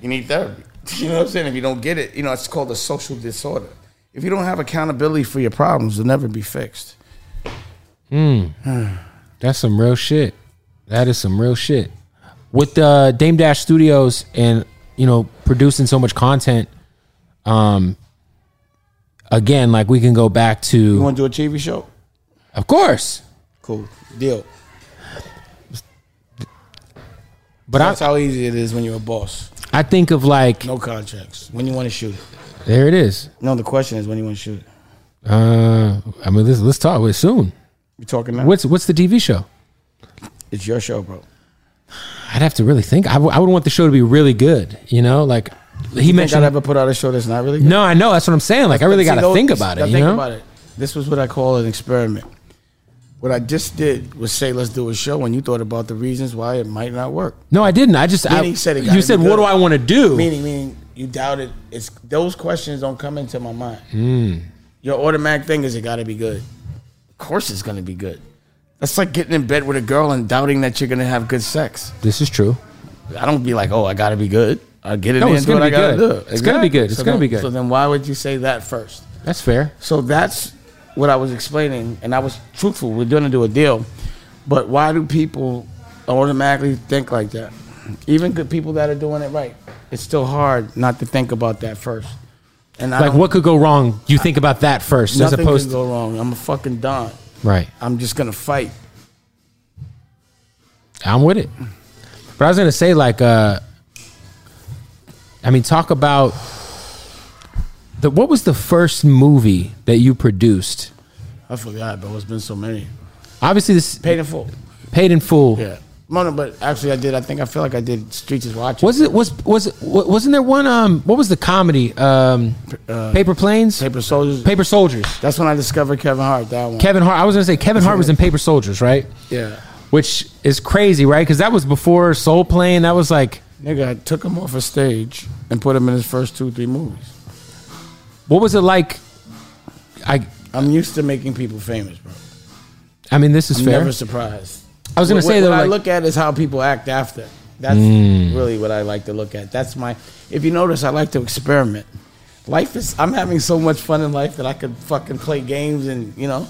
you need therapy. You know what I'm saying? If you don't get it, you know, it's called a social disorder. If you don't have accountability for your problems, they'll never be fixed. that's some real shit. That is some real shit. With uh, Dame Dash Studios and you know producing so much content, um, again, like we can go back You to want to do a TV show? of course, Cool. Deal. but I That's how easy it is when you're a boss. I think of like No contracts. When you want to shoot it. there it is. No, the question is when you want to shoot it. Uh, I mean, let's let's talk. we soon. You talking now? What's what's the TV show? It's your show, bro. I'd have to really think. I, w- I would want the show to be really good. You know, like he You think I'd mentioned. ever put out a show that's not really good? no, I know. That's what I'm saying. Like I really See, got to those- think about it. gotta You think know. about it. This was what I call an experiment. What I just did was say, let's do a show, and you thought about the reasons why it might not work. No, I didn't. I just I, Meaning said it gotta you said, be "What good." do I want to do?" Meaning, meaning you doubted. It's those questions don't come into my mind. Your automatic thing is it got to be good. Of course, it's gonna be good. That's like getting in bed with a girl and doubting that you're gonna have good sex. this is true. I don't be like, oh, I gotta be good. I get it No, in, it's do what gonna I be gotta good. do. It's gonna be good. It's So gonna then- be good. So then, why would you say that first? That's fair. So that's what I was explaining, and I was truthful. We're gonna do a deal, but why do people automatically think like that? Even good people that are doing it right, it's still hard not to think about that first. And I Like, don't- what could go wrong? You think about that first, as nothing opposed can to go wrong. I'm a fucking don. right. I'm just gonna fight. I'm with it. But I was gonna say, like, uh, I mean, talk about the what was the first movie that you produced? I forgot, but it's been so many. Obviously, this Paid in full. paid in full. Yeah. No, no, but actually, I did. I think I feel like I did. Streets is watching. Was it was was it, wa- wasn't there one? Um, what was the comedy? Um, Paper Planes, Paper, Uh, Paper Soldiers? Soldiers. That's when I discovered Kevin Hart. That one. Kevin Hart. I was gonna say Kevin Hart was in Paper Soldiers, right? Yeah. Which is crazy, right? Because that was before Soul Plane. That was like, Nigga, I took him off a stage and put him in his first two, three movies. what was it like? I I'm used to making people famous, bro. I mean, this is I'm fair. never surprised. I was gonna What- say what, though, what I like- Mm. look at is how people act after. That's really what I like to look at. That's my. If you notice, I like to experiment. Life is. I'm having so much fun in life that I could fucking play games and you know.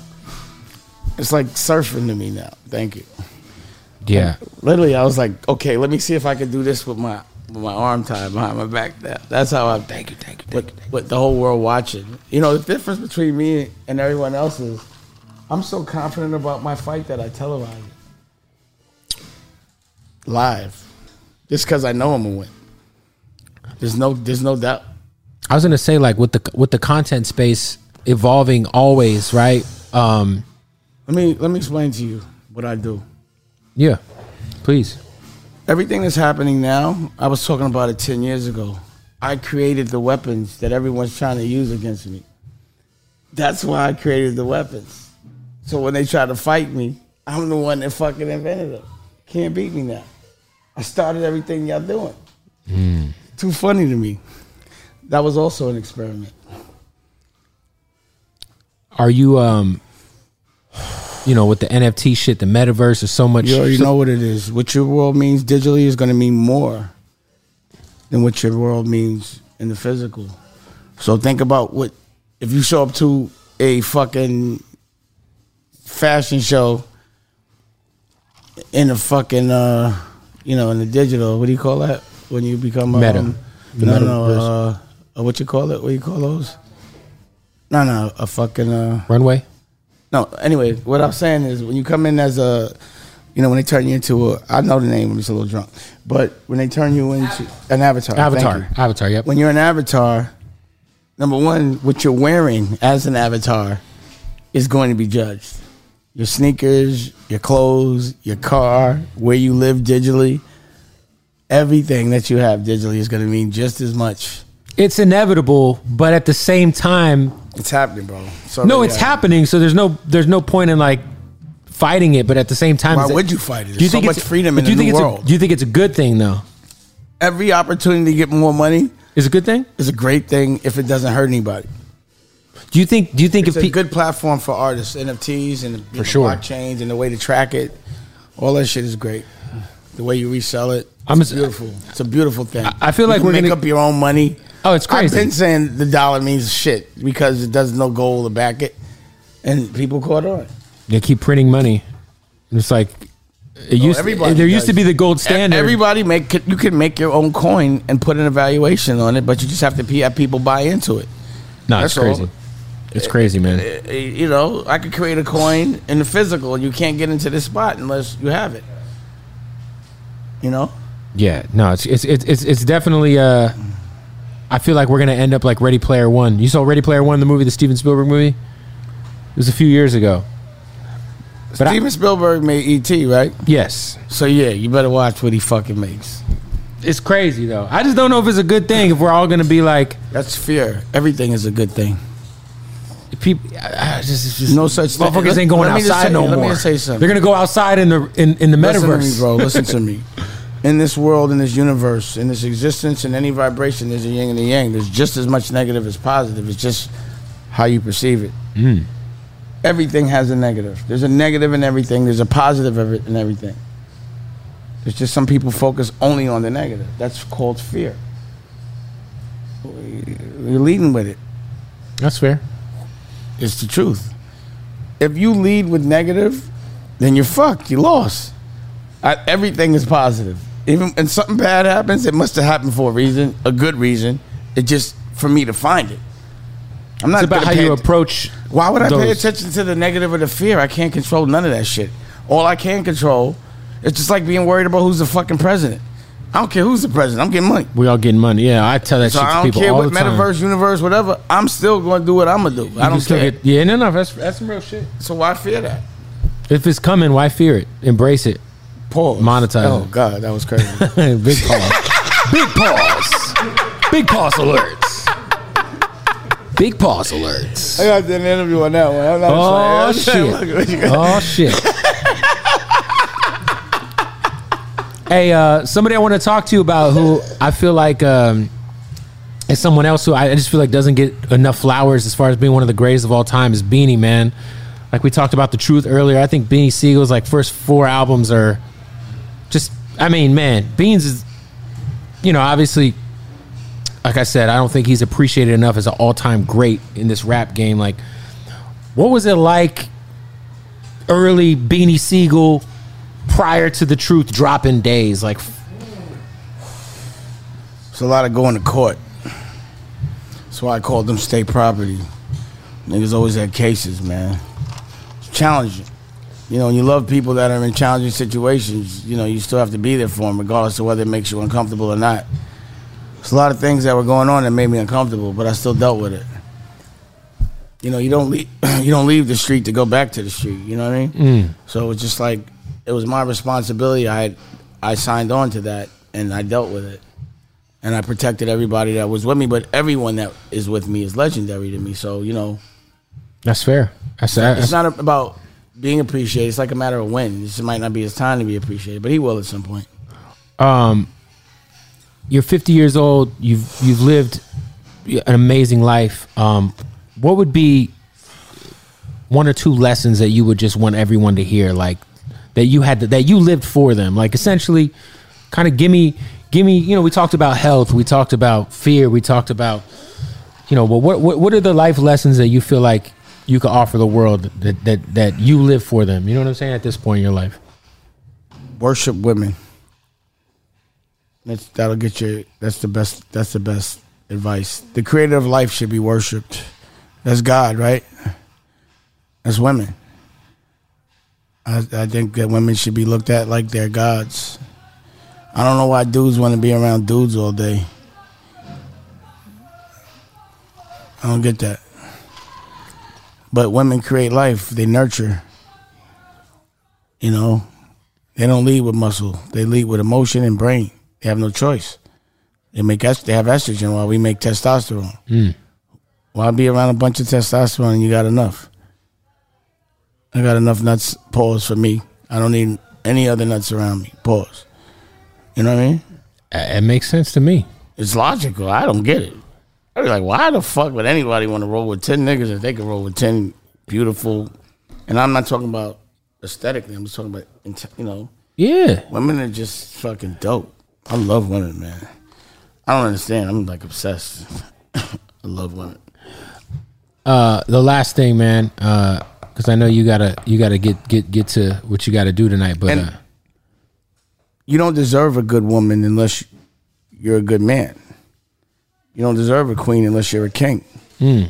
It's like surfing to me now. Thank you. yeah. Literally, I was like, okay, let me see if I could do this with my with my arm tied behind my back. That, that's how I'm. Thank you, thank you, thank with, With the whole world watching, you know, the difference between me and everyone else is, I'm so confident about my fight that I televise it live, just because I know I'm gonna win. There's no, there's no doubt. I was gonna say like with the with the content space evolving always, right? Um, Let me let me explain to you what I do. yeah. Please. everything that's happening now, I was talking about it 10 years ago. I created the weapons that everyone's trying to use against me. That's why I created the weapons. So when they try to fight me, I'm the one that fucking invented them. Can't beat me now. I started everything y'all doing. Too funny to me. That was also an experiment. Are you um, you know, with the NFT shit, the metaverse is so much. You already know what it is. What your world means digitally is going to mean more than what your world means in the physical. So think about what if you show up to a fucking fashion show in a fucking uh, you know in the digital. What do you call that when you become um, Meta. The no, no, metaverse. uh, uh, what you call it? What do you call those? No, no, a fucking uh, runway. no, anyway, what I'm saying is when you come in as a, you know, when they turn you into a, I know the name, I'm just a little drunk, but when they turn you into an avatar. thank Avatar. you. Avatar. Yep. When you're an avatar, number one, what you're wearing as an avatar is going to be judged. Your sneakers, your clothes, your car, where you live digitally, everything that you have digitally is going to mean just as much. it's inevitable, but at the same time, It's happening, bro. It's no, already it's happening. happening. So there's no there's no point in like fighting it. But at the same time, Why is it- would you fight it? Do There's so much freedom but in do you the think new it's a- world. do you think it's a good thing though? Every opportunity to get more money Is it a good thing? is a great thing if it doesn't hurt anybody. Do you think do you think It's if a pe- good platform for artists, NFTs, and you know, sure. blockchains, and the way to track it. All that shit is great. The way you resell it, I'm it's s- beautiful. It's a beautiful thing. I- I feel like you can we're make gonna- up your own money. Oh, it's crazy. I've been saying the dollar means shit because it does no goal to back it, and people caught on. they keep printing money? And It's like it used everybody there used does. E- to be the gold standard. Everybody make you can make your own coin and put an evaluation on it, but you just have to pe- have people buy into it. no, it's that's all. crazy. It's crazy, man. Uh, you know, I could create a coin in the physical, and you can't get into this spot unless you have it. You know, Yeah, no, it's it's it's it's, it's definitely. Uh, I feel like we're gonna end up like Ready Player One. You saw Ready Player One, the movie, the Steven Spielberg movie. It was a few years ago. But I- Steven Spielberg made ET, right? Yes, So yeah, you better watch what he fucking makes. it's crazy though. I just don't know if it's a good thing if we're all gonna be like That's fear. Everything is a good thing. people. I I just, it's just No such thing. motherfuckers Let- ain't going let me just outside say- no let me more. just say something. They're gonna go outside in the in, in the Listen to me, metaverse. bro. Listen to me. In this world, in this universe, in this existence, in any vibration, there's a yin and a yang. There's just as much negative as positive. It's just how you perceive it. Hmm. Everything has a negative. There's a negative in everything. There's a positive of it in everything. It's just some people focus only on the negative. That's called fear. You're leading with it. That's fair. It's the truth. If you lead with negative, then you're fucked. You lost. I, everything is positive. even when something bad happens, it must have happened for a reason, a good reason. It just for me to find it. I'm not It's about gonna how pay you att- approach. Why would I pay those. attention to the negative or the fear? I can't control none of that shit. All I can control is just like being worried about who's the fucking president. I don't care who's the president. I'm getting money. We all getting money. Yeah, I tell that So shit I to don't people care all what the time. metaverse, universe, whatever. I'm still going to do what I'm going to do. I You don't still care. get- yeah, no, no, that's that's some real shit. so why fear that? If it's coming, why fear it? Embrace it. Pause. Monetize Oh it. God, that was crazy. Big pause. Big pause. Big pause alerts. Big pause alerts. I got an interview on that one. I'm not Oh saying- shit! Oh shit! hey, uh, somebody I want to talk to you about who I feel like um, is someone else who I I just feel like doesn't get enough flowers as far as being one of the greatest of all time is Beanie Man. Like we talked about the truth earlier, I think Beanie Siegel's like first four albums are just. I mean, man, Beans is, you know, obviously like I said, I don't think he's appreciated enough as an all-time great in this rap game. Like, what was it like early Beanie Siegel prior to the Truth dropping days? Like, It's a lot of going to court. That's why I called them state property. Niggas always had cases, man. It's challenging. You know, when you love people that are in challenging situations, you know, you still have to be there for them, regardless of whether it makes you uncomfortable or not. There's a lot of things that were going on that made me uncomfortable, but I still dealt with it. You know, you don't leave, you don't leave the street to go back to the street. You know what I mean? So it was just like it was my responsibility. I had, I signed on to that and I dealt with it and I protected everybody that was with me. But everyone that is with me is legendary to me. So you know, that's fair. That's, that's, it's not about being appreciated. It's like a matter of when. This might not be his time to be appreciated, but he will at some point. you're 50 years old. You've you've lived an amazing life. Um, what would be one or two lessons that you would just want everyone to hear, like that you had to, that you lived for them? Like essentially, kind of give me give me. You know, we talked about health. We talked about fear. We talked about you know. But what what, what are the life lessons that you feel like you could offer the world that that that you live for them? You know what I'm saying? At this point in your life, Worship women. That's that'll get you. That's the best. That's the best advice. The creator of life should be worshipped. That's God, right? That's women. I, I think that women should be looked at like they're gods. I don't know why dudes want to be around dudes all day. I don't get that. But women create life, they nurture. You know, they don't lead with muscle, they lead with emotion and brain. They have no choice. They make est- they have estrogen while we make testosterone. Why be around a bunch of testosterone and you got enough? I got enough nuts, pause, for me. I don't need any other nuts around me, pause. You know what I mean? Uh, it makes sense to me. It's logical. I don't get it. I'd be like, why the fuck would anybody want to roll with 10 niggas if they could roll with 10 beautiful? And I'm not talking about aesthetically, I'm just talking about, int- you know, Yeah. women are just fucking dope. I love women, man. I don't understand. I'm like obsessed. I love women. the last thing, man, because I know you gotta you gotta get get get to what you gotta do tonight. But And- uh, You don't deserve a good woman unless you're a good man. You don't deserve a queen unless you're a king. Hmm.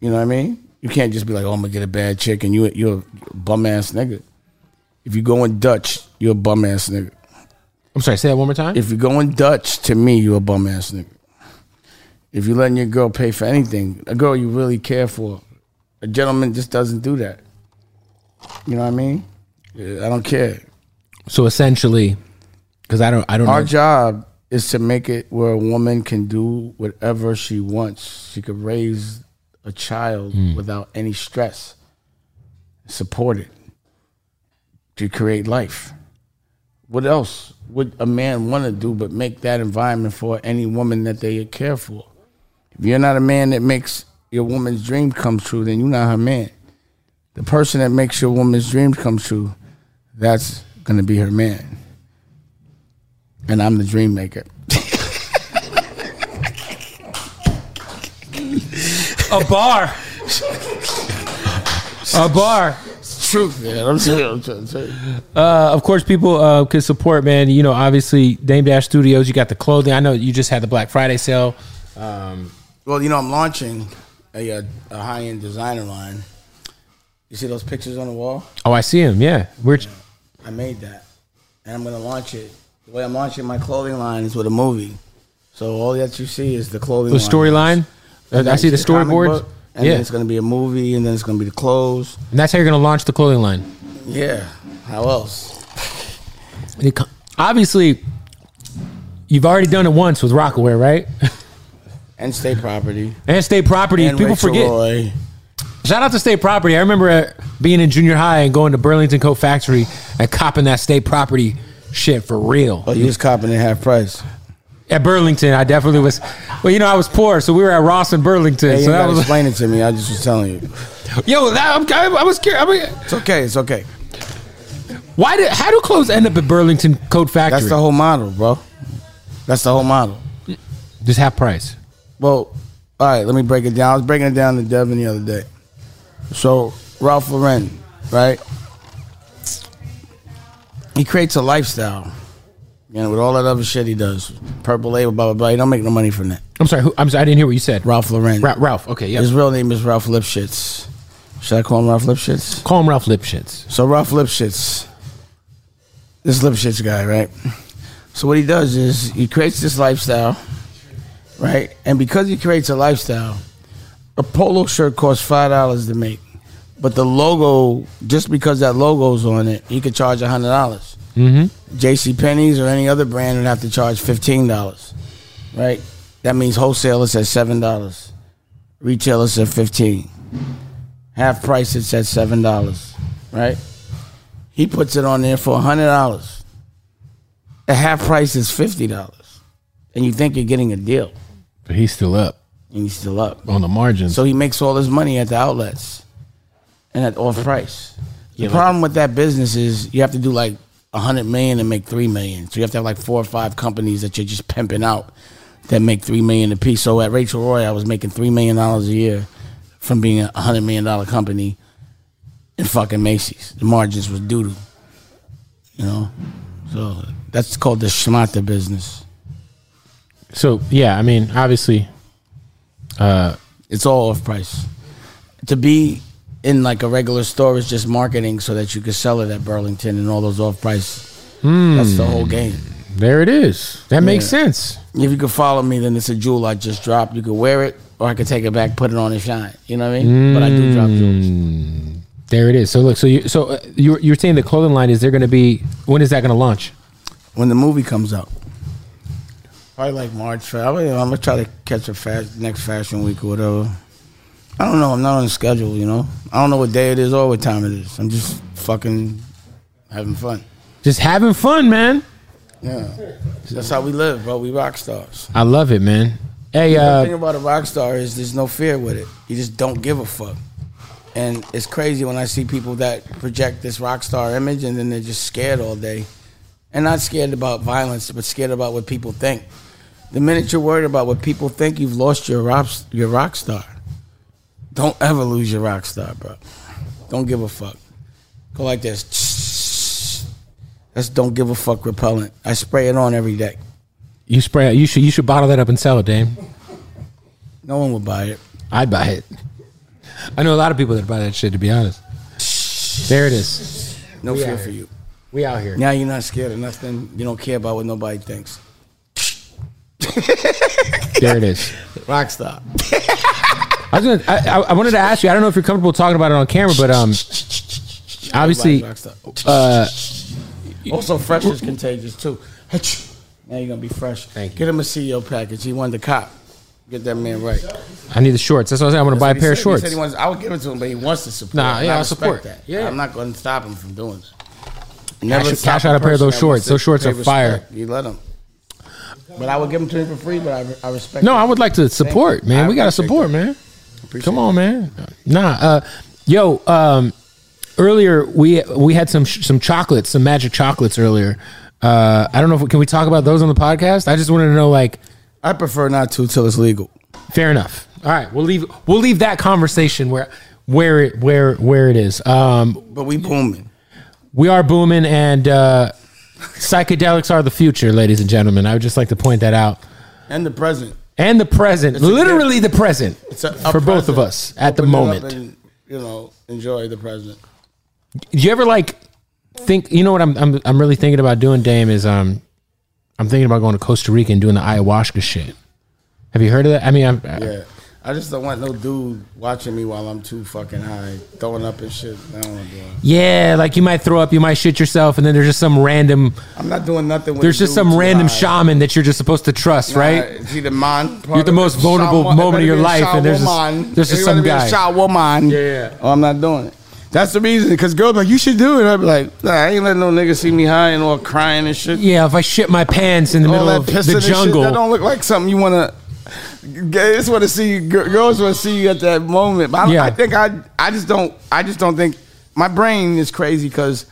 You know what I mean? You can't just be like, "Oh, I'm gonna get a bad chick," and you you're a bum ass nigga. If you go in Dutch, you're a bum ass nigga. I'm sorry, say that one more time. If you're going Dutch, to me, you're a bum ass nigga. If you're letting your girl pay for anything, a girl you really care for, a gentleman just doesn't do that. You know what I mean? Yeah, I don't care. so essentially, because I don't I don't Our know. job is to make it where a woman can do whatever she wants. She could raise a child without any stress, support it, to create life. What else would a man want to do but make that environment for any woman that they care for? If you're not a man that makes your woman's dream come true, then you're not her man. The person that makes your woman's dream come true, that's going to be her man and I'm the dream maker. a bar, a bar. truth, man. I'm saying, I'm trying to tell you. Uh, of course, people uh, can support, man. You know, obviously, Dame Dash Studios. You got the clothing. I know you just had the Black Friday sale. Um, Well, you know, I'm launching a, uh, a high end designer line. You see those pictures on the wall? oh, I see him. Yeah, we're I made that, and I'm gonna launch it. The way I'm launching my clothing line is with a movie. So all that you see is the clothing. the storyline. And I that's see the comic storyboards. book, And Yeah, then it's gonna be a movie, and then it's gonna be the clothes. and that's how you're gonna launch the clothing line. Yeah. How else? And it co- obviously, you've already done it once with Rockaware, right? And state property. and State Property. And people Rachel forget. Roy. Shout out to State Property. I remember uh, being in junior high and going to Burlington Coat Factory and copping that State Property shit for real. Oh, you was copping at half price. At Burlington, I definitely was. Well, you know, I was poor, so we were at Ross and Burlington. Hey, you so so that gotta was explain it to me. I just was telling you. yo. That, I'm, I, I was curious. I mean, It's okay. It's okay. why did how do clothes end up at Burlington Coat Factory? That's the whole model, bro. That's the whole model. Just half price. Well, all right, let me break it down. I was breaking it down to Devin the other day. So, Ralph Lauren, right? He creates a lifestyle, you know, with all that other shit he does. Purple label, blah, blah, blah. He don't make no money from that. I'm sorry. Who, I'm sorry. I didn't hear what you said. Ralph Lauren. Ra- Ralph. Okay. Yeah. His real name is Ralph Lipschitz. Should I call him Ralph Lipschitz? Call him Ralph Lipschitz. So, Ralph Lipschitz, this Lipschitz guy, right? So, what he does is he creates this lifestyle, right? And because he creates a lifestyle, a polo shirt costs five dollars to make, but the logo, just because that logo's on it, you could charge hundred dollars. Mm-hmm. J.C. Penney's or any other brand would have to charge fifteen dollars, right? That means wholesalers at seven dollars, retailers at fifteen, half price it's at seven dollars, right? He puts it on there for hundred dollars. The half price is fifty dollars, and you think you're getting a deal, But he's still up and you're still up. on the margins. So he makes all his money at the outlets and at off price. The problem with that business is you have to do like a hundred million to make three million. So you have to have like four or five companies that you're just pimping out that make three million a piece. So at Rachel Roy, I was making three million dollars a year from being a hundred million dollar company in fucking Macy's. The margins was doo doo. You know? So that's called the schmata business. so yeah, I mean, obviously, It's all off price. To be in like a regular store is just marketing so that you could sell it at Burlington and all those off price. That's the whole game. Hmm. there it is. That makes Yeah. sense. If you could follow me, then it's a jewel I just dropped. You could wear it, or I could take it back, put it on and shine. You know what I mean? But I do drop jewels. Hmm. There it is. So look, so you so uh, you're you're saying the clothing line is there going to be when is that going to launch? When the movie comes out, probably like March. Fa- I'm gonna I'm gonna try to catch a fast next fashion week or whatever. I don't know. I'm not on the schedule. You know, I don't know what day it is or what time it is. I'm just fucking having fun. Just having fun, man. Yeah. That's how we live, bro. We rock stars. I love it, man. Hey, the thing uh, about a rock star is there's no fear with it. You just don't give a fuck. And it's crazy when I see people that project this rock star image and then they're just scared all day. And not scared about violence, but scared about what people think. The minute you're worried about what people think, you've lost your rock, your rock star. Don't ever lose your rock star, bro. Don't give a fuck. Go like this. That's don't give a fuck repellent. I spray it on every day. you spray. You should you should bottle that up and sell it, Dame. No one will buy it. I'd buy it. I know a lot of people that buy that shit. To be honest, there it is. No fear for you. We out here. Now you're not scared of nothing. You don't care about what nobody thinks. There it is. Rockstar. I was gonna. I, I- I wanted to ask you. I don't know if you're comfortable talking about it on camera, but um, obviously, Rockstar. uh, Also, fresh is contagious too. Hach. Now you're gonna be fresh. Thank you. Get him a CEO package. He wanted the cop. Get that man right. I need the shorts. That's what I was saying. I'm gonna buy a He pair of said- he shorts. said he wants- I would give it to him, but he wants to support. Nah, and yeah, I respect support. that. Yeah. I'm not gonna stop him from doing that. Cash- stop cash out a pair of those person that wants shorts. Those to shorts pay are fire. respect. You let him. But I would give them to him for free. But I, I respect. No, it. I would like to support, you. man. I we gotta appreciate support, that. man. Appreciate Come it. on, man. Nah, uh, yo. Um, earlier we we had some sh- some chocolates, some magic chocolates earlier. Uh, I don't know if we, can we talk about those on the podcast. I just wanted to know, like, I prefer not to till it's legal. fair enough. All right, we'll leave we'll leave that conversation where where it where where it is. Um, But we booming. we are booming, and uh, psychedelics are the future, ladies and gentlemen. I would just like to point that out, And the present. and the present, It's a literally the present It's a- a for both of present. us at the Open it up moment. and, you know, enjoy the present. Do you ever like think you know what I'm I'm I'm really thinking about doing, Dame, is um I'm thinking about going to Costa Rica and doing the ayahuasca shit. Have you heard of that? I mean, I'm, Yeah. I just don't want no dude watching me while I'm too fucking high, throwing up and shit. I don't want to do it. yeah, like you might throw up, you might shit yourself, and then there's just some random, I'm not doing nothing. When there's the just dude's some too random high. shaman that you're just supposed to trust, right? Nah, see the man. You're the most vulnerable moment of your life, and there's just- there's just some guy. Shot woman. Yeah, yeah. Oh, I'm not doing it. That's the reason, because girls be like you should do it. I'd be like, nah, I ain't letting no nigga see me high and all crying and shit. Yeah, if I shit my pants in the all middle that of pissing the and shit. That jungle, don't look like something you wanna. Guys want to see you- gir- girls want to see you at that moment. But I, Yeah. I think I I just don't I just don't think my brain is crazy because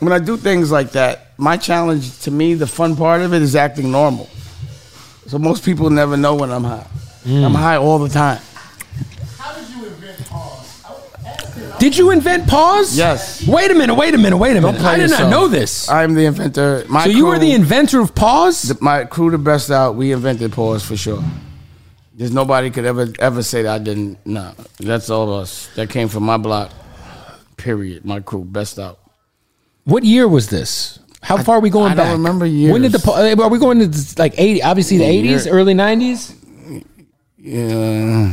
when I do things like that, my challenge to me, the fun part of it is acting normal. So most people never know when I'm high. I'm Hmm. high all the time. did you invent pause? Yes. Wait a minute. Wait a minute. Wait a minute. Play I did yourself. not know this. I am the inventor. My so you were crew- the inventor of pause. th- my crew the best out. We invented pause for sure. There's nobody could ever ever say that I didn't. No, that's all of us. That came from my block. Period. My crew best out. What year was this? How far are we going I don't back? remember When did the years. pa- uh, are we going to like eighty? Obviously the eighties, Year. early nineties. Yeah.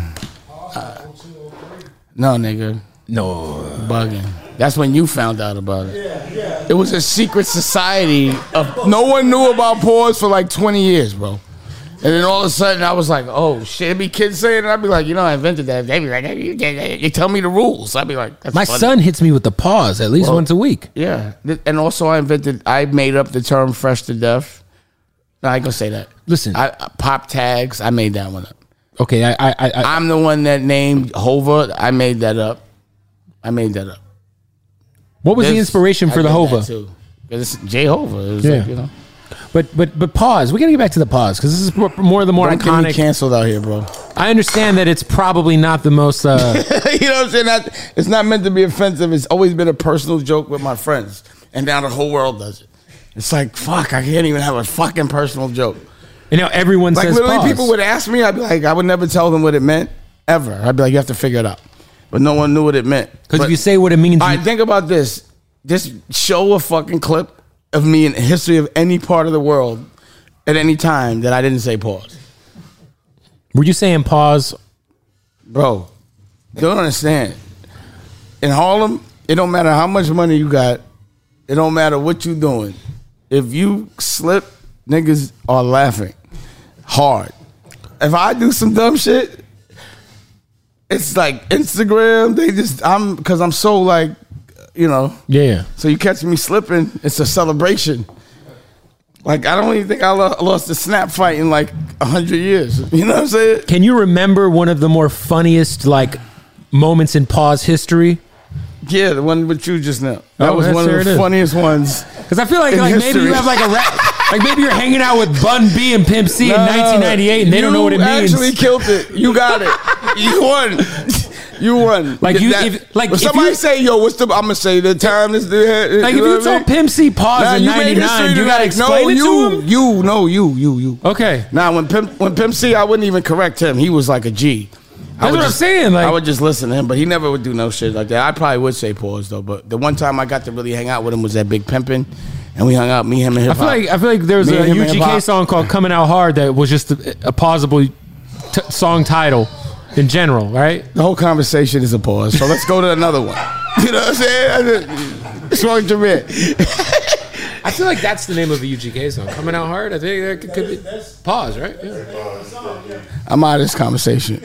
No, nigga, No, bugging. That's when you found out about it. Yeah, yeah. It was a secret society of no one knew about pause for like 20 years, bro. And then all of a sudden, I was like, "Oh shit!" It'd be kids saying, it. "I'd be like, you know, I invented that." They'd be like, "Hey, you did that. "You tell me the rules." I'd be like, That's my funny. son hits me with the pause at least once a week. Yeah, Th- and also I invented. I made up the term "fresh to death." No, I ain't gonna say that. Listen. I, I- pop tags. I made that one up. Okay, I, I, I, I I'm the one that named Hova. I made that up. I made that up. what was the This- inspiration I for the did that Hova? too. 'Cause it's Jehovah. It was Yeah. like, you know. But but but pause. We gotta get back to the pause because this is more- more of the more Don't get me iconic. canceled out here, bro. I understand that it's probably not the most. Uh, you know what I'm saying? That, it's not meant to be offensive. It's always been a personal joke with my friends, and now the whole world does it. It's like fuck. I can't even have a fucking personal joke. you know, everyone Like says literally, pause. people would ask me. I'd be like, I would never tell them what it meant ever. I'd be like, you have to figure it out. But no one knew what it meant. because if But- you say what it means, all you- right, think about this. Just show a fucking clip of me in the history of any part of the world at any time that I didn't say pause, were you saying pause? bro. You don't understand. In Harlem, it don't matter how much money you got. It don't matter what you doing. If you slip, niggas are laughing hard. If I do some dumb shit, it's like Instagram. They just I'm because I'm so like, you know. Yeah. So you catch me slipping, it's a celebration. Like I don't even think I lo- lost a snap fight in like hundred years. You know what I'm saying? Can you remember one of the more funniest like moments in pause history? Yeah, the one with you just now. That Oh, was yes, one there of it the is. funniest ones. Because I feel like In like maybe history. you have like a rap, like maybe you're hanging out with Bun B and Pimp C in No, 1998, and they don't know what it Uh, you Actually means. killed it. You got it. You won. You won. Like you- That- if- like when if somebody you- say, "Yo, what's the?" I'm gonna say the time is the. Like if you know what I told mean? Pimp C pause Nah, in you made history '99, you gotta tonight. explain no, it you, to him. You, no, you, you, you. Okay, Now, when Pimp, when Pimp C, I wouldn't even correct him. He was like a G. I That's would what I'm saying, like- I would just listen to him, but he never would do no shit like that. I probably would say pause though. But the one time I got to really hang out with him was at Big Pimpin', and we hung out. Me, him, and I hip feel hop. like I feel like there was Me a and him and UGK hip-hop. song called "Coming Out Hard" that was just a, a pausable t- song title in general, right? the whole conversation is a pause. So let's go to another one. You know what I'm saying? I just- Smoke Jamit. I feel like that's the name of a UGK song, "Coming Out Hard." I think that could, be pause, right? I'm out of this conversation.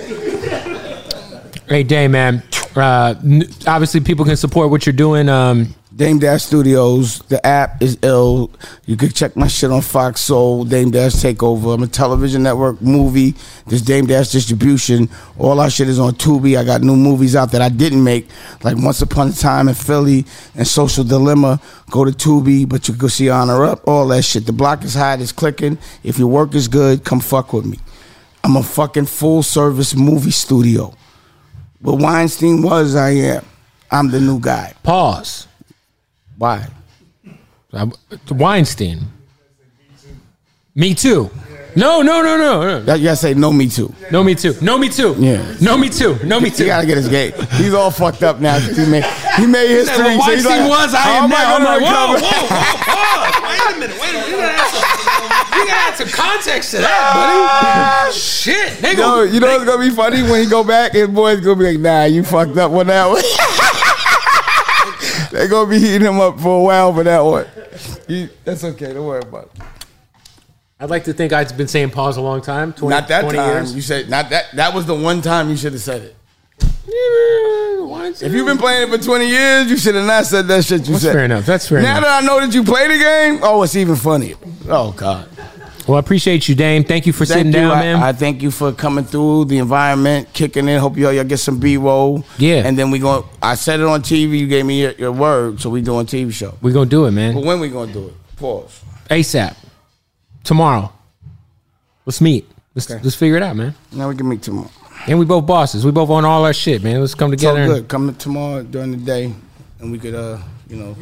Hey, day man. Uh, n- obviously, people can support what you're doing. Um, Dame Dash Studios. The app is ill. You can check my shit on Fox Soul, Dame Dash Takeover. I'm a television network movie. This Dame Dash distribution. All our shit is on Tubi. I got new movies out that I didn't make, like Once Upon a Time in Philly and Social Dilemma. Go to Tubi, but you can go see Honor Up, all that shit. The block is hot, it's clicking. If your work is good, come fuck with me. I'm a fucking full service movie studio. But Weinstein was, I am. I'm the new guy. Pause. Why? Um, Weinstein. Me too. No, no, no, no, no. That, you gotta say no, me too. No, me too. No, me too. Yeah. No, me too. No, me You too. gotta get his gate. He's all fucked up now. 'cause He made he made He said, history. well, so he's Weinstein like, "Oh, was, I how am am I now. I'm gonna like, whoa, recover? whoa, whoa, whoa. Wait a minute. Wait a minute. We gotta add some, we gotta add some context to that, buddy. Shit. They Yo, Ah. gonna- you know what's gonna be funny when he go back, his boys gonna be like, "Nah, you fucked up one that one." they gonna be heating him up for a while for that one. He- that's okay. Don't worry about it. I'd like to think I've been saying pause a long time. 20, Not that 20 time. years. You said not that. That was the one time you should have said it. If you've been playing it for 20 years, you should have not said that shit you That's said. fair enough. That's fair Now enough. that I know that you play the game, oh, it's even funnier. Oh, God. Well, I appreciate you, Dame. Thank you for sitting Thank you. down, I, man. I thank you for coming through the environment, kicking in. Hope y'all, y'all get some B roll. Yeah. And then we going to I said it on TV. You gave me your, your word, so we doing TV show. We're gonna do it, But man. when we gonna do it? Pause. ASAP. Tomorrow. Let's meet. Let's let's figure it out, man. Now we can meet tomorrow. And we both bosses. We both own all our shit, man. Let's come It's all together. and- good. Come tomorrow during the day, and we could, uh, you know.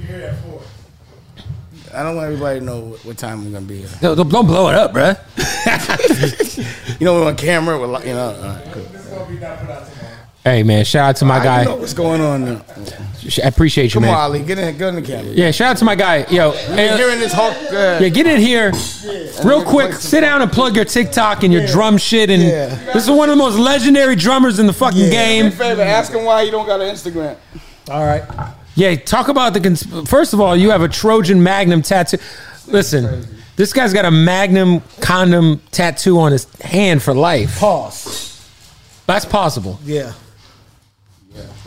I don't want everybody to know what, what time we're gonna be here. Don't, don't- don't blow it up, bruh. You know, we're on camera. We're like, you know. all right, cool. Hey, man. Shout out to my I guy. know what's going on now. Sh- I appreciate you, Come man. on, Ali, get in, get in the camera. Yeah, shout out to my guy. You're Yo, hey, hearing this Hulk. Uh, yeah, get in here real quick. Play some- Sit down and plug your TikTok and your drum shit. And Yeah. this is one of the most legendary drummers in the fucking Do me a game. favor, ask him why he don't got an Instagram. All right. Yeah, talk about the. Cons- First of all, you have a Trojan Magnum tattoo. Listen, this guy's got a Magnum condom tattoo on his hand for life. Pause. That's possible. Yeah.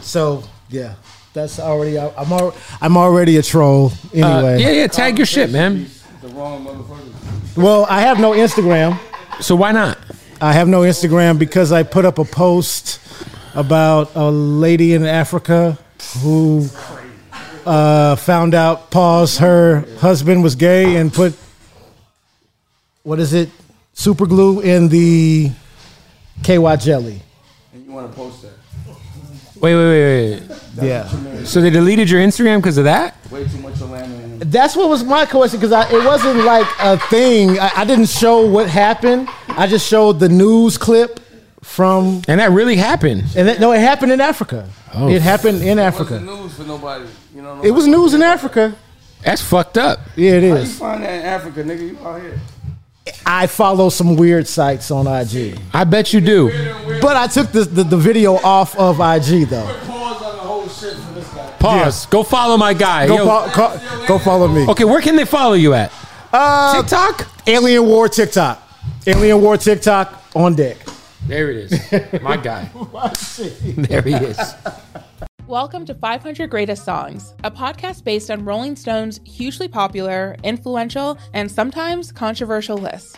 So yeah, that's already. I- I'm already. I'm already a troll Uh, anyway. yeah, yeah. Tag your shit, man. The wrong motherfucker. Well, I have no Instagram. So why not? I have no Instagram because I put up a post about a lady in Africa who uh, found out, pause, her husband was gay and put, what is it, super glue in the KY jelly. And you want to post that? Wait, wait, wait, wait. Yeah. So they deleted your Instagram because of that? Way too much Atlanta. in him. That's what was my question because it wasn't like a thing. I, I didn't show what happened, I just showed the news clip from, And that really happened. and that, no, it happened in Africa. Oh. It happened in Africa. What's the news for nobody? You know. It was news in Africa. That's fucked up. Yeah, it You is. find that in Africa, nigga. You out here. I follow some weird sites on uh, IG, I bet you do. but I took the, the, the video off of IG though. Pause on the whole shit for this guy. Pause. Go follow my guy. Go, Yo. fo- co- go follow me. okay, where can they follow you at? Uh, TikTok? Alien War TikTok. Alien War TikTok on deck. There it is. My guy. There he is. Welcome to 500 Greatest Songs, a podcast based on Rolling Stone's hugely popular, influential, and sometimes controversial list.